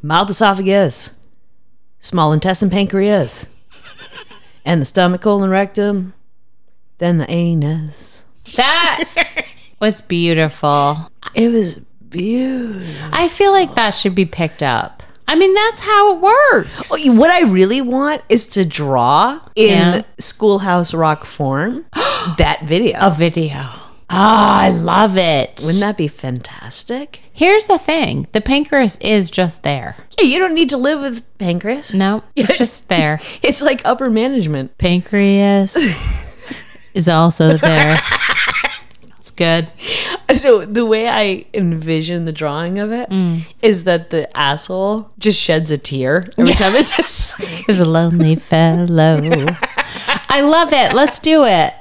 [SPEAKER 2] Mouth esophagus, small intestine pancreas, and the stomach, colon, rectum, then the anus.
[SPEAKER 1] That was beautiful.
[SPEAKER 2] It was beautiful.
[SPEAKER 1] I feel like that should be picked up. I mean, that's how it works.
[SPEAKER 2] Oh, What I really want is to draw in
[SPEAKER 1] Yeah.
[SPEAKER 2] schoolhouse rock form that video.
[SPEAKER 1] A video. Oh, I love it.
[SPEAKER 2] Wouldn't that be fantastic?
[SPEAKER 1] Here's the thing the pancreas is just there.
[SPEAKER 2] Yeah, you don't need to live with pancreas.
[SPEAKER 1] No, it's just there.
[SPEAKER 2] It's like upper management.
[SPEAKER 1] Pancreas is also there. It's good.
[SPEAKER 2] So the way I envision the drawing of it is
[SPEAKER 1] Mm.
[SPEAKER 2] that the asshole just sheds a tear every time it says
[SPEAKER 1] Is a lonely fellow. I love it. Let's do it.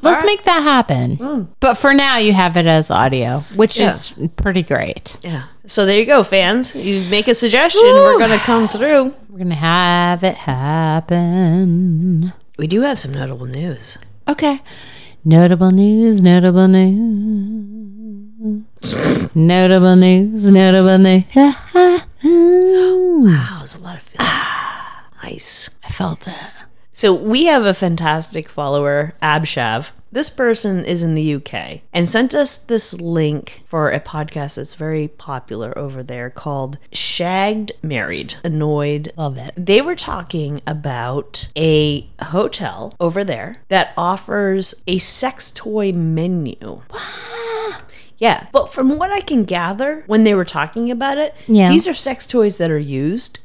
[SPEAKER 1] Let's make that happen. But for now, you have it as audio, which is pretty great.
[SPEAKER 2] Yeah. So there you go, fans. You make a suggestion, we're gonna come through.
[SPEAKER 1] We're going to have it happen.
[SPEAKER 2] We do have some notable news.
[SPEAKER 1] Okay. Notable news, notable news. notable news, notable news. I
[SPEAKER 2] Wow, it's Oh, a lot of feeling.
[SPEAKER 1] Ah.
[SPEAKER 2] nice.
[SPEAKER 1] felt it.
[SPEAKER 2] So we have a fantastic follower, Abshav. This person is in the UK and sent us this link for a podcast that's very popular over there called Shagged Married Annoyed
[SPEAKER 1] Love it.
[SPEAKER 2] they were talking about a hotel over there that offers a sex toy menu. Yeah, but from what I can gather, when they were talking about it,
[SPEAKER 1] Yeah.
[SPEAKER 2] these are sex toys that are used.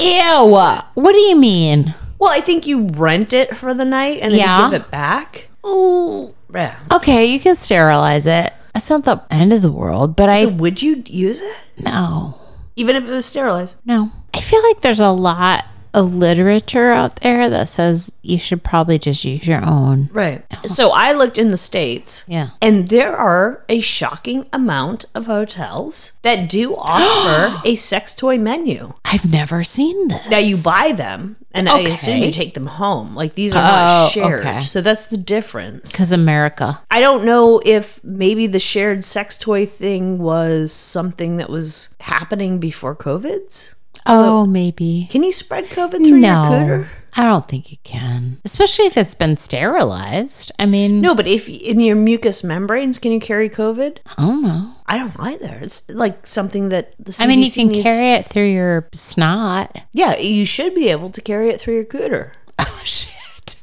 [SPEAKER 1] Ew. What do you mean?
[SPEAKER 2] Well, I think you rent it for the night and then
[SPEAKER 1] Yeah.
[SPEAKER 2] you give it back.
[SPEAKER 1] Ooh.
[SPEAKER 2] Yeah.
[SPEAKER 1] Okay, you can sterilize it. It's not the end of the world, but
[SPEAKER 2] So
[SPEAKER 1] I
[SPEAKER 2] would you use it
[SPEAKER 1] no.
[SPEAKER 2] even if it was sterilized?
[SPEAKER 1] No. I feel like there's a lot of literature out there that says you should probably just use your own.
[SPEAKER 2] Right. So I looked in the states.
[SPEAKER 1] Yeah.
[SPEAKER 2] And there are a shocking amount of hotels that do offer a sex toy menu.
[SPEAKER 1] I've never seen this.
[SPEAKER 2] Now you buy them, and I assume
[SPEAKER 1] Okay.
[SPEAKER 2] you take them home. Like these are not
[SPEAKER 1] Oh,
[SPEAKER 2] shared,
[SPEAKER 1] okay.
[SPEAKER 2] so that's the difference.
[SPEAKER 1] Because America.
[SPEAKER 2] I don't know if maybe the shared sex toy thing was something that was happening before COVID's.
[SPEAKER 1] Oh, maybe.
[SPEAKER 2] Can you spread COVID through your cooter?
[SPEAKER 1] I don't think you can, especially if it's been sterilized. I mean,
[SPEAKER 2] No, but if in your mucous membranes, can you carry COVID?
[SPEAKER 1] I don't know.
[SPEAKER 2] I don't either. It's like something that the CDC
[SPEAKER 1] I mean, you can
[SPEAKER 2] needs-
[SPEAKER 1] carry it through your snot.
[SPEAKER 2] Yeah, you should be able to carry it through your cooter.
[SPEAKER 1] Oh shit!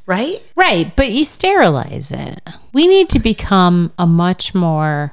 [SPEAKER 2] right?
[SPEAKER 1] Right, but you sterilize it. We need to become a much more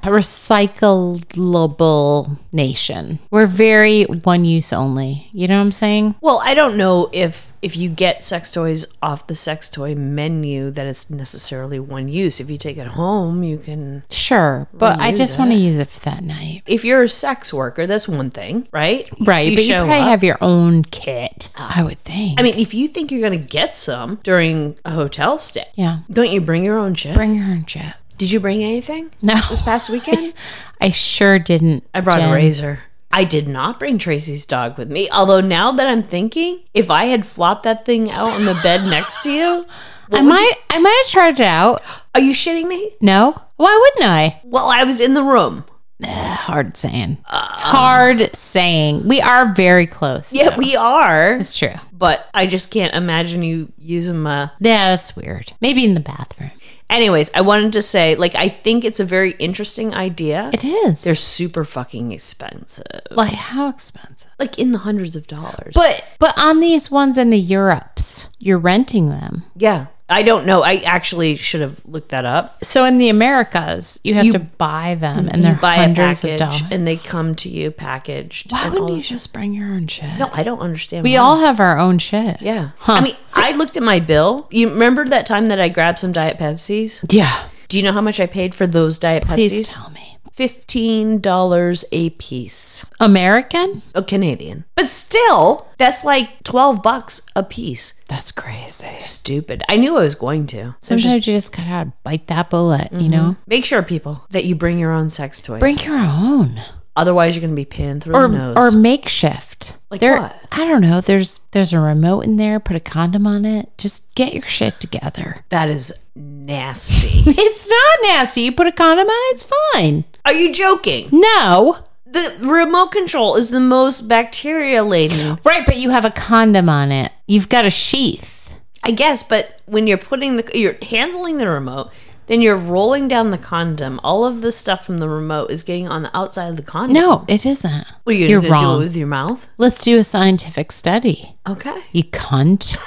[SPEAKER 1] recyclable nation. We're very one use only. You know what I'm saying?
[SPEAKER 2] Well, I don't know if if you get sex toys off the sex toy menu that it's necessarily one use. If you take it home, you can
[SPEAKER 1] Sure, but I
[SPEAKER 2] Reuse
[SPEAKER 1] just
[SPEAKER 2] it.
[SPEAKER 1] want to use it for that night.
[SPEAKER 2] if you're a sex worker, that's one thing, right?
[SPEAKER 1] Right, but you
[SPEAKER 2] show
[SPEAKER 1] probably
[SPEAKER 2] up.
[SPEAKER 1] have your own kit. I would think.
[SPEAKER 2] I mean, if you think you're going to get some during a hotel stay,
[SPEAKER 1] yeah,
[SPEAKER 2] don't you bring your own shit?
[SPEAKER 1] bring your own chip.
[SPEAKER 2] Did you bring anything
[SPEAKER 1] No,
[SPEAKER 2] this past weekend?
[SPEAKER 1] I sure didn't.
[SPEAKER 2] I brought
[SPEAKER 1] Jen.
[SPEAKER 2] a razor. I did not bring Tracy's dog with me. Although now that I'm thinking, if I had flopped that thing out on the bed next to you,
[SPEAKER 1] I might. I might have tried it out.
[SPEAKER 2] are you shitting me?
[SPEAKER 1] No, why wouldn't I?
[SPEAKER 2] Well, I was in the room.
[SPEAKER 1] Hard saying. Hard saying. We are very close.
[SPEAKER 2] Yeah, we are.
[SPEAKER 1] it's true.
[SPEAKER 2] But I just can't imagine you using my.
[SPEAKER 1] Yeah, that's weird. Maybe in the bathroom.
[SPEAKER 2] Anyways, I wanted to say, like, I think it's a very interesting idea.
[SPEAKER 1] It is.
[SPEAKER 2] They're super fucking expensive,
[SPEAKER 1] like how expensive.
[SPEAKER 2] like in the hundreds of dollars.
[SPEAKER 1] But but on these ones in the Europes, you're renting them.
[SPEAKER 2] yeah, I don't know. I actually should have looked that up.
[SPEAKER 1] So in the Americas, you have
[SPEAKER 2] You-
[SPEAKER 1] to buy them, and
[SPEAKER 2] you
[SPEAKER 1] they're
[SPEAKER 2] buy a
[SPEAKER 1] hundreds of
[SPEAKER 2] package,
[SPEAKER 1] dollars.
[SPEAKER 2] and they come to you packaged.
[SPEAKER 1] Why
[SPEAKER 2] and
[SPEAKER 1] wouldn't
[SPEAKER 2] all-
[SPEAKER 1] you just bring your own shit?
[SPEAKER 2] No, I don't understand.
[SPEAKER 1] we
[SPEAKER 2] why.
[SPEAKER 1] all have our own shit.
[SPEAKER 2] Yeah.
[SPEAKER 1] Huh.
[SPEAKER 2] I mean, I looked at my bill. You remember that time that I grabbed some Diet Pepsis?
[SPEAKER 1] yeah.
[SPEAKER 2] Do you know how much I paid for those Diet
[SPEAKER 1] Please
[SPEAKER 2] Pepsis?
[SPEAKER 1] tell me,
[SPEAKER 2] Fifteen dollars a piece.
[SPEAKER 1] American?
[SPEAKER 2] A Canadian, but still, that's like twelve bucks a piece.
[SPEAKER 1] That's crazy.
[SPEAKER 2] Stupid. I knew I was going to. So
[SPEAKER 1] Sometimes
[SPEAKER 2] just
[SPEAKER 1] you just gotta bite that bullet. You know,
[SPEAKER 2] make sure, people, that you bring your own sex toys.
[SPEAKER 1] bring your own.
[SPEAKER 2] Otherwise, you're going to be pinned through
[SPEAKER 1] or
[SPEAKER 2] the nose.
[SPEAKER 1] or makeshift.
[SPEAKER 2] Like
[SPEAKER 1] there,
[SPEAKER 2] what?
[SPEAKER 1] I don't know. There's there's a remote in there. Put a condom on it. Just get your shit together.
[SPEAKER 2] that is nasty.
[SPEAKER 1] It's not nasty. You put a condom on it. It's fine.
[SPEAKER 2] Are you joking?
[SPEAKER 1] No,
[SPEAKER 2] The remote control is the most bacteria laden
[SPEAKER 1] right? But you have a condom on it. You've got a sheath.
[SPEAKER 2] I guess, but when you're putting the you're handling the remote, then you're rolling down the condom. All of the stuff from the remote is getting on the outside of the condom.
[SPEAKER 1] No, it isn't.
[SPEAKER 2] what are you
[SPEAKER 1] You're
[SPEAKER 2] gonna do
[SPEAKER 1] wrong.
[SPEAKER 2] it with your mouth?
[SPEAKER 1] Let's do a scientific study.
[SPEAKER 2] Okay.
[SPEAKER 1] You cunt.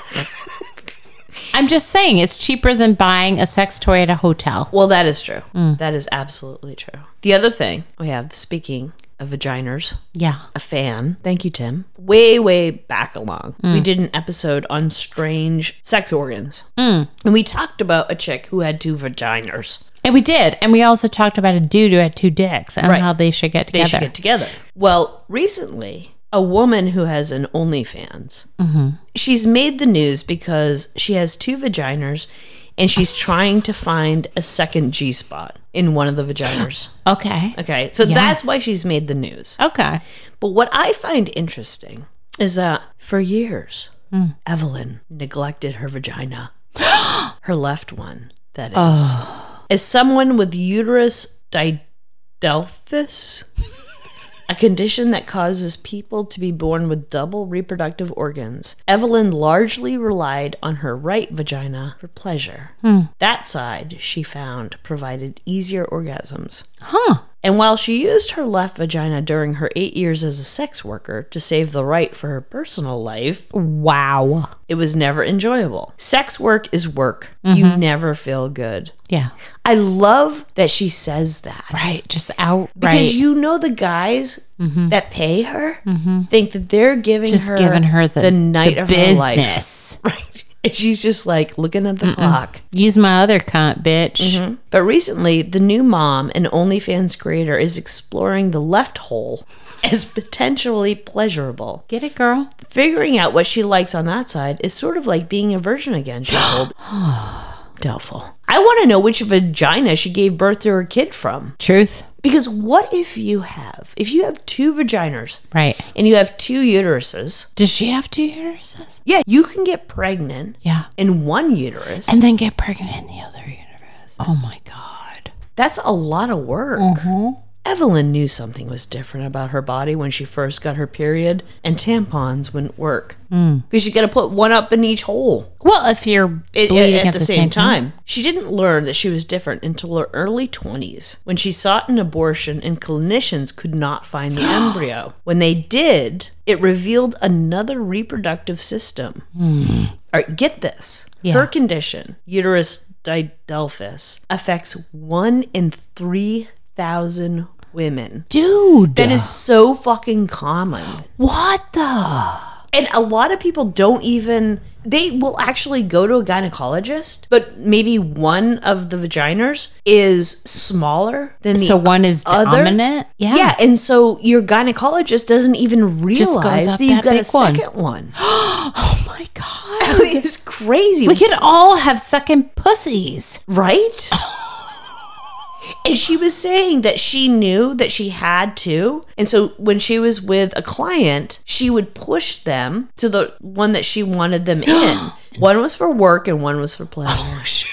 [SPEAKER 1] I'm just saying it's cheaper than buying a sex toy at a hotel.
[SPEAKER 2] Well, that is true.
[SPEAKER 1] Mm.
[SPEAKER 2] That is absolutely true. The other thing we have, speaking of vaginers,
[SPEAKER 1] Yeah.
[SPEAKER 2] a fan. Thank you, Tim. Way, way back along,
[SPEAKER 1] Mm.
[SPEAKER 2] we did an episode on strange sex organs,
[SPEAKER 1] Mm.
[SPEAKER 2] and we talked about a chick who had two vaginers.
[SPEAKER 1] And we did. And we also talked about a dude who had two dicks and
[SPEAKER 2] Right.
[SPEAKER 1] how they should get
[SPEAKER 2] they
[SPEAKER 1] together.
[SPEAKER 2] should get together. Well, recently, a woman who has an OnlyFans, she's made the news because she has two vaginas, and she's trying to find a second G spot in one of the vaginas.
[SPEAKER 1] okay.
[SPEAKER 2] Okay, so that's why she's made the news.
[SPEAKER 1] Okay.
[SPEAKER 2] But what I find interesting is that for years, Evelyn neglected her vagina, her left one. That is, as someone with uterus didelphys, a condition that causes people to be born with double reproductive organs. Evelyn largely relied on her right vagina for pleasure. That side, she found, provided easier orgasms.
[SPEAKER 1] Huh.
[SPEAKER 2] And while she used her left vagina during her eight years as a sex worker to save the right for her personal life,
[SPEAKER 1] Wow.
[SPEAKER 2] it was never enjoyable. Sex work is work. You
[SPEAKER 1] Mm-hmm.
[SPEAKER 2] never feel good.
[SPEAKER 1] Yeah.
[SPEAKER 2] I love that she says that.
[SPEAKER 1] Right. Just out.
[SPEAKER 2] Because
[SPEAKER 1] right. Mm-hmm.
[SPEAKER 2] you know the guys that pay her think that they're giving
[SPEAKER 1] just
[SPEAKER 2] her
[SPEAKER 1] giving her the,
[SPEAKER 2] night
[SPEAKER 1] the
[SPEAKER 2] of her
[SPEAKER 1] business.
[SPEAKER 2] life. Right. And she's just like looking at the clock.
[SPEAKER 1] Use my other cunt, bitch.
[SPEAKER 2] But recently, the new mom and OnlyFans creator is exploring the left hole as potentially pleasurable.
[SPEAKER 1] Get it, girl.
[SPEAKER 2] Figuring out what she likes on that side is sort of like being a virgin again, she told. Doubtful. I want to know which vagina she gave birth to her kid from.
[SPEAKER 1] Truth.
[SPEAKER 2] Because what if you have, if you have two vaginas
[SPEAKER 1] Right.
[SPEAKER 2] and you have two uteruses,
[SPEAKER 1] Does she have two uteruses?
[SPEAKER 2] yeah, you can get pregnant
[SPEAKER 1] Yeah.
[SPEAKER 2] in one uterus.
[SPEAKER 1] And then get pregnant in the other uterus. Oh my God.
[SPEAKER 2] That's a lot of work. Evelyn knew something was different about her body when she first got her period, and tampons wouldn't work because you got to put one up in each hole
[SPEAKER 1] Well, if you're
[SPEAKER 2] i- i-
[SPEAKER 1] bleeding
[SPEAKER 2] at, the, same, time. She didn't learn that she was different until her early 20s when she sought an abortion and clinicians could not find the embryo. When they Hmm. did, it revealed another reproductive system. All right, get this.
[SPEAKER 1] Yeah.
[SPEAKER 2] Her condition, uterus didelphus, affects one in 3,000 women.
[SPEAKER 1] Dude.
[SPEAKER 2] That is so fucking common.
[SPEAKER 1] what the?
[SPEAKER 2] And a lot of people don't even they will actually go to a gynecologist, but maybe one of the vaginas is smaller than the
[SPEAKER 1] So one is
[SPEAKER 2] other.
[SPEAKER 1] dominant? Yeah.
[SPEAKER 2] Yeah. and so your gynecologist doesn't even
[SPEAKER 1] Just goes
[SPEAKER 2] realize
[SPEAKER 1] up
[SPEAKER 2] that you
[SPEAKER 1] that
[SPEAKER 2] got a
[SPEAKER 1] big one.
[SPEAKER 2] second one.
[SPEAKER 1] Oh my God.
[SPEAKER 2] it's crazy,
[SPEAKER 1] We could all have second pussies.
[SPEAKER 2] right? and she was saying that she knew that she had to, and so when she was with a client, she would push them to the one that she wanted them in. one was for work, and one was for pleasure.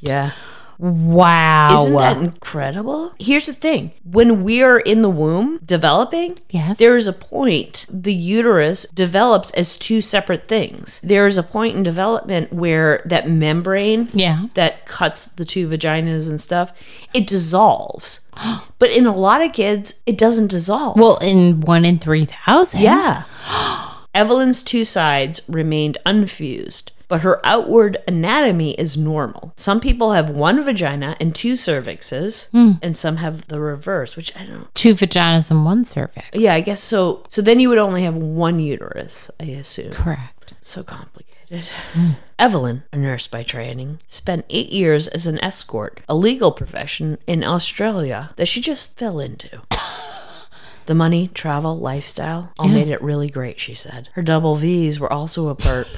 [SPEAKER 2] Yeah.
[SPEAKER 1] Wow.
[SPEAKER 2] Isn't that incredible? Here's the thing when we're in the womb developing,
[SPEAKER 1] Yes.
[SPEAKER 2] there is a point the uterus develops as two separate things. There is a point in development where that membrane
[SPEAKER 1] yeah.
[SPEAKER 2] that cuts the two vaginas and stuff, it dissolves. but in a lot of kids, it doesn't dissolve.
[SPEAKER 1] Well, in one in 3,000.
[SPEAKER 2] Yeah. Evelyn's two sides remained unfused, but her outward anatomy is normal. Some people have one vagina and two cervixes, and some have the reverse, which I don't.
[SPEAKER 1] Two vaginas and one cervix.
[SPEAKER 2] Yeah, I guess so. So then you would only have one uterus, I assume.
[SPEAKER 1] Correct.
[SPEAKER 2] So complicated. Evelyn, a nurse by training, spent eight years as an escort, a legal profession in Australia that she just fell into. The money, travel, lifestyle all made it really great, she said. Her double V's were also a perk.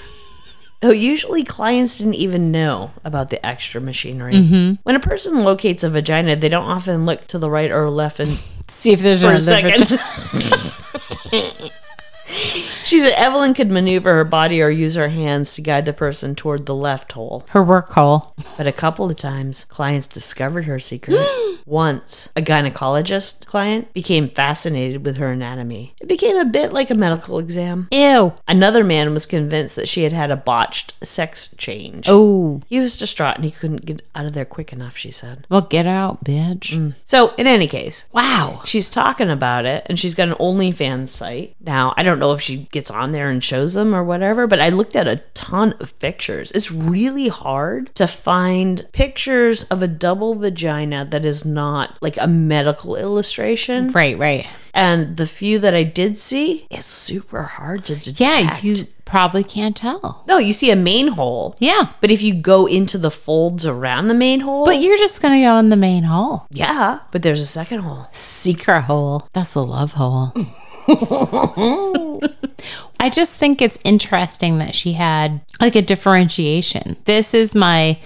[SPEAKER 2] Though usually clients didn't even know about the extra machinery. When a person locates a vagina, they don't often look to the right or left and
[SPEAKER 1] See if there's
[SPEAKER 2] for a
[SPEAKER 1] another vagi-
[SPEAKER 2] second. she said Evelyn could maneuver her body or use her hands to guide the person toward the left hole.
[SPEAKER 1] Her work hole.
[SPEAKER 2] But a couple of times, clients discovered her secret. Once, a gynecologist client became fascinated with her anatomy. It became a bit like a medical exam.
[SPEAKER 1] Ew.
[SPEAKER 2] Another man was convinced that she had had a botched sex change.
[SPEAKER 1] Oh.
[SPEAKER 2] He was distraught and he couldn't get out of there quick enough, she said.
[SPEAKER 1] Well, get out, bitch.
[SPEAKER 2] So, in any case, wow, she's talking about it, and she's got an OnlyFans site now. I don't know if she gets on there and shows them or whatever, but I looked at a ton of pictures. It's really hard to find pictures of a double vagina that is not like a medical illustration,
[SPEAKER 1] Right, right.
[SPEAKER 2] and the few that I did see, it's super hard to detect.
[SPEAKER 1] Yeah, you probably can't tell.
[SPEAKER 2] no, you see a main hole,
[SPEAKER 1] Yeah.
[SPEAKER 2] but if you go into the folds around the main hole,
[SPEAKER 1] But you're just going to go in the main hole.
[SPEAKER 2] yeah, but there's a second hole.
[SPEAKER 1] Secret hole. That's a love hole. I just think it's interesting that she had like a differentiation. This is my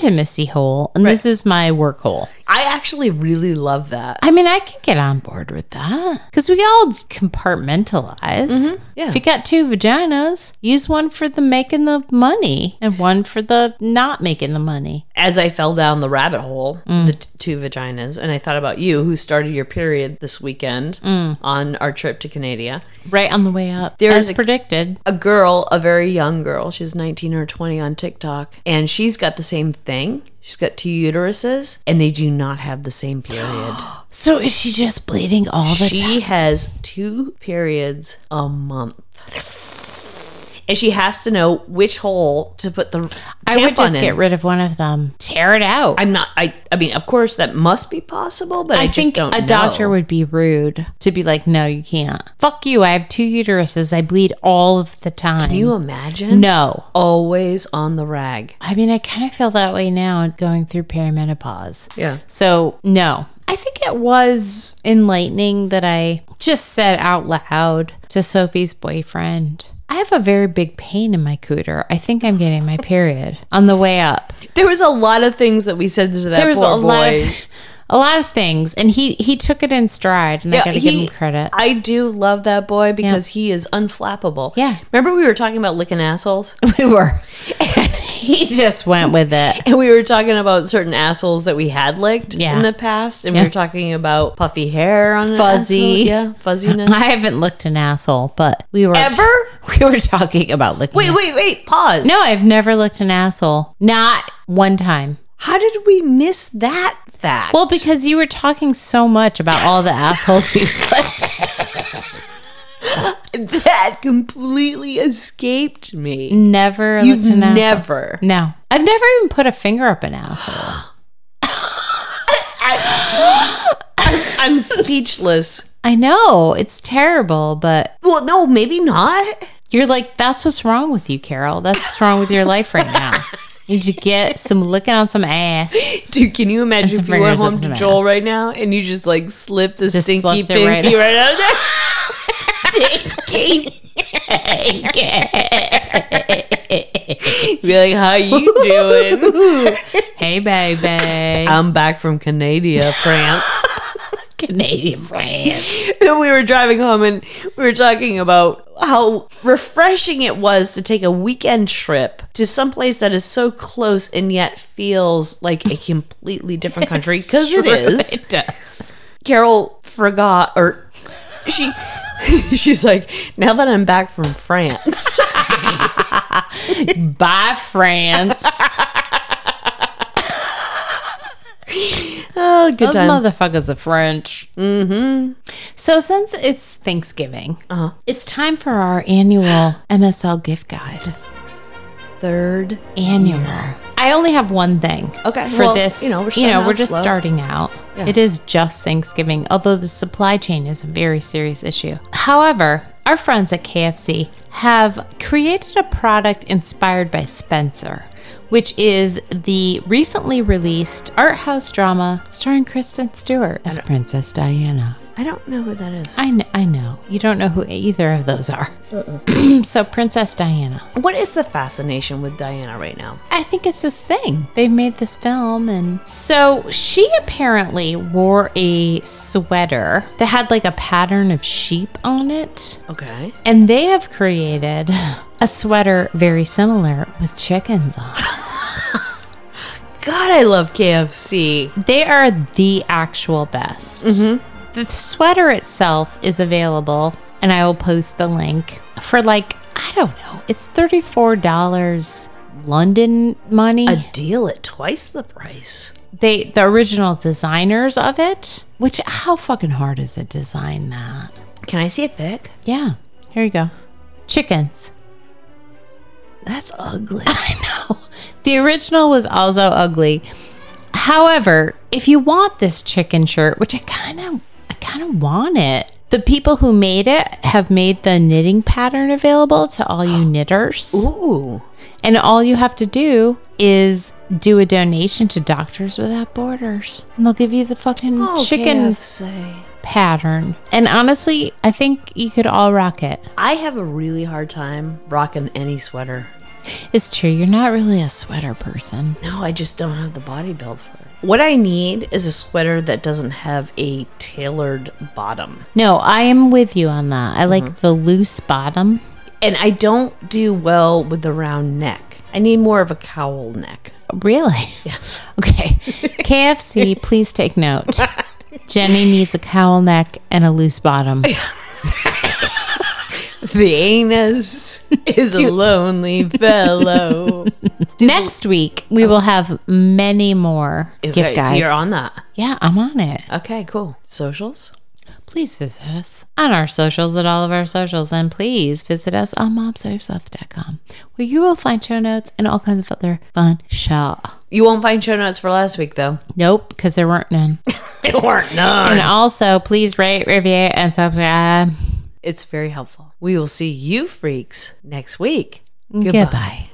[SPEAKER 1] intimacy hole and this is my work hole.
[SPEAKER 2] I actually really love that.
[SPEAKER 1] I mean, I can get on board with that because we all compartmentalize.
[SPEAKER 2] yeah.
[SPEAKER 1] If you got two vaginas, use one for the making the money and one for the not making the money.
[SPEAKER 2] As I fell down the rabbit hole,
[SPEAKER 1] Mm.
[SPEAKER 2] the t- two vaginas, and I thought about you, who started your period this weekend
[SPEAKER 1] Mm.
[SPEAKER 2] on our trip to Canada.
[SPEAKER 1] Right on the way up, as
[SPEAKER 2] There's a-
[SPEAKER 1] predicted.
[SPEAKER 2] A girl, a very young girl, she's 19 or 20 on TikTok, and she's got the same thing. She's got two uteruses, and they do not have the same period.
[SPEAKER 1] So is she just bleeding all the time?
[SPEAKER 2] she has two periods a month. And she has to know which hole to put the
[SPEAKER 1] I would
[SPEAKER 2] tampon
[SPEAKER 1] just
[SPEAKER 2] in.
[SPEAKER 1] get rid of one of them. Tear it out.
[SPEAKER 2] I'm not. I. I mean, of course, that must be possible, but I,
[SPEAKER 1] I
[SPEAKER 2] just
[SPEAKER 1] think
[SPEAKER 2] don't.
[SPEAKER 1] a
[SPEAKER 2] know.
[SPEAKER 1] doctor would be rude to be like, no, you can't. Fuck you. I have two uteruses. I bleed all of the time.
[SPEAKER 2] Can you imagine?
[SPEAKER 1] no.
[SPEAKER 2] Always on the rag.
[SPEAKER 1] I mean, I kind of feel that way now going through perimenopause.
[SPEAKER 2] Yeah.
[SPEAKER 1] So, no. I think it was enlightening that I just said out loud to Sophie's boyfriend, I have a very big pain in my cooter. I think I'm getting my period on the way up.
[SPEAKER 2] There was a lot of things that we said to that
[SPEAKER 1] There was
[SPEAKER 2] poor
[SPEAKER 1] a
[SPEAKER 2] boy.
[SPEAKER 1] lot of a lot of things and he he took it in stride and I
[SPEAKER 2] Yeah,
[SPEAKER 1] got to give him credit.
[SPEAKER 2] I do love that boy because he is unflappable.
[SPEAKER 1] Yeah.
[SPEAKER 2] Remember we were talking about licking assholes,
[SPEAKER 1] we were. he just went with it.
[SPEAKER 2] and we were talking about certain assholes that we had licked
[SPEAKER 1] Yeah.
[SPEAKER 2] in the past, and
[SPEAKER 1] Yeah.
[SPEAKER 2] we were talking about puffy hair on an
[SPEAKER 1] Fuzzy.
[SPEAKER 2] asshole. yeah, fuzziness.
[SPEAKER 1] I haven't looked an asshole, but we were
[SPEAKER 2] Ever?
[SPEAKER 1] we were talking about looking.
[SPEAKER 2] wait, wait, wait. Pause.
[SPEAKER 1] No, I've never looked an asshole. Not one time.
[SPEAKER 2] How did we miss that fact?
[SPEAKER 1] Well, because you were talking so much about all the assholes we've licked.
[SPEAKER 2] that completely escaped me.
[SPEAKER 1] Never
[SPEAKER 2] You've
[SPEAKER 1] licked an asshole.
[SPEAKER 2] never.
[SPEAKER 1] No. I've never even put a finger up an asshole.
[SPEAKER 2] I'm speechless.
[SPEAKER 1] I know. It's terrible, but
[SPEAKER 2] Well, no, maybe not.
[SPEAKER 1] you're like, that's what's wrong with you, Carol. That's what's wrong with your life right now. You need to get some licking on some ass.
[SPEAKER 2] Dude, can you imagine
[SPEAKER 1] some
[SPEAKER 2] if you went
[SPEAKER 1] fingers up
[SPEAKER 2] home to
[SPEAKER 1] some
[SPEAKER 2] Joel
[SPEAKER 1] ass.
[SPEAKER 2] right now and you just like slipped a
[SPEAKER 1] Just
[SPEAKER 2] stinky
[SPEAKER 1] slipped it right
[SPEAKER 2] pinky right out there? Be like, how you doing?
[SPEAKER 1] hey, baby.
[SPEAKER 2] I'm back from Canada, France.
[SPEAKER 1] Canadian friends.
[SPEAKER 2] and we were driving home and we were talking about how refreshing it was to take a weekend trip to someplace that is so close and yet feels like a completely different country because it is.
[SPEAKER 1] It does.
[SPEAKER 2] Carol forgot, or she, she's like, now that I'm back from France,
[SPEAKER 1] Bye, France.
[SPEAKER 2] oh, good
[SPEAKER 1] Those
[SPEAKER 2] time.
[SPEAKER 1] motherfuckers are French. Mm-hmm. Uh-huh. So since it's Thanksgiving, it's time for our annual MSL gift guide.
[SPEAKER 2] Third,
[SPEAKER 1] Annual. I only have one thing.
[SPEAKER 2] Okay,
[SPEAKER 1] For
[SPEAKER 2] well,
[SPEAKER 1] this,
[SPEAKER 2] you know, we're
[SPEAKER 1] you know,
[SPEAKER 2] starting
[SPEAKER 1] we're
[SPEAKER 2] out
[SPEAKER 1] just
[SPEAKER 2] slow.
[SPEAKER 1] starting out. It is just Thanksgiving, although the supply chain is a very serious issue. However, our friends at KFC have created a product inspired by Spencer, which is the recently released art house drama starring Kristen Stewart as Princess Diana.
[SPEAKER 2] I don't know who that is.
[SPEAKER 1] I know, I know. You don't know who either of those are.
[SPEAKER 2] Uh-uh.
[SPEAKER 1] so Princess Diana.
[SPEAKER 2] What is the fascination with Diana right now?
[SPEAKER 1] I think it's this thing. They made this film and so she apparently wore a sweater that had like a pattern of sheep on it.
[SPEAKER 2] Okay.
[SPEAKER 1] And they have created a sweater very similar with chickens on. it.
[SPEAKER 2] God, I love KFC.
[SPEAKER 1] They are the actual best. The sweater itself is available, and I will post the link for like, I don't know, it's $34 London money.
[SPEAKER 2] A deal at twice the price.
[SPEAKER 1] they the original designers of it which how fucking hard is it to design that
[SPEAKER 2] Can I see a pic?
[SPEAKER 1] yeah here you go chickens
[SPEAKER 2] That's ugly.
[SPEAKER 1] the original was also ugly however if you want this chicken shirt which i kind of i kind of want it the people who made it have made the knitting pattern available to all you knitters
[SPEAKER 2] Ooh.
[SPEAKER 1] and all you have to do is do a donation to doctors without borders and they'll give you the fucking
[SPEAKER 2] Oh,
[SPEAKER 1] chicken
[SPEAKER 2] KFC.
[SPEAKER 1] pattern. And honestly, I think you could all rock it.
[SPEAKER 2] I have a really hard time rocking any sweater.
[SPEAKER 1] It's true, you're not really a sweater person.
[SPEAKER 2] No, I just don't have the body build for it. What I need is a sweater that doesn't have a tailored bottom.
[SPEAKER 1] No, I am with you on that. I like the loose bottom.
[SPEAKER 2] And I don't do well with the round neck. I need more of a cowl neck.
[SPEAKER 1] Really?
[SPEAKER 2] Yes.
[SPEAKER 1] Okay. KFC, please take note. Jenny needs a cowl neck and a loose bottom.
[SPEAKER 2] The anus is a lonely fellow.
[SPEAKER 1] Next week, we will have many more gift
[SPEAKER 2] Okay,
[SPEAKER 1] guides.
[SPEAKER 2] so you're on that.
[SPEAKER 1] yeah, I'm on it.
[SPEAKER 2] Okay, cool. Socials?
[SPEAKER 1] Please visit us on our socials at all of our socials, and please visit us on mobsyourself.com, where you will find show notes and all kinds of other fun shit.
[SPEAKER 2] You won't find show notes for last week, though.
[SPEAKER 1] Nope, because there weren't none.
[SPEAKER 2] They weren't none.
[SPEAKER 1] and also, please rate, review, and subscribe.
[SPEAKER 2] It's very helpful. We will see you freaks next week.
[SPEAKER 1] Goodbye.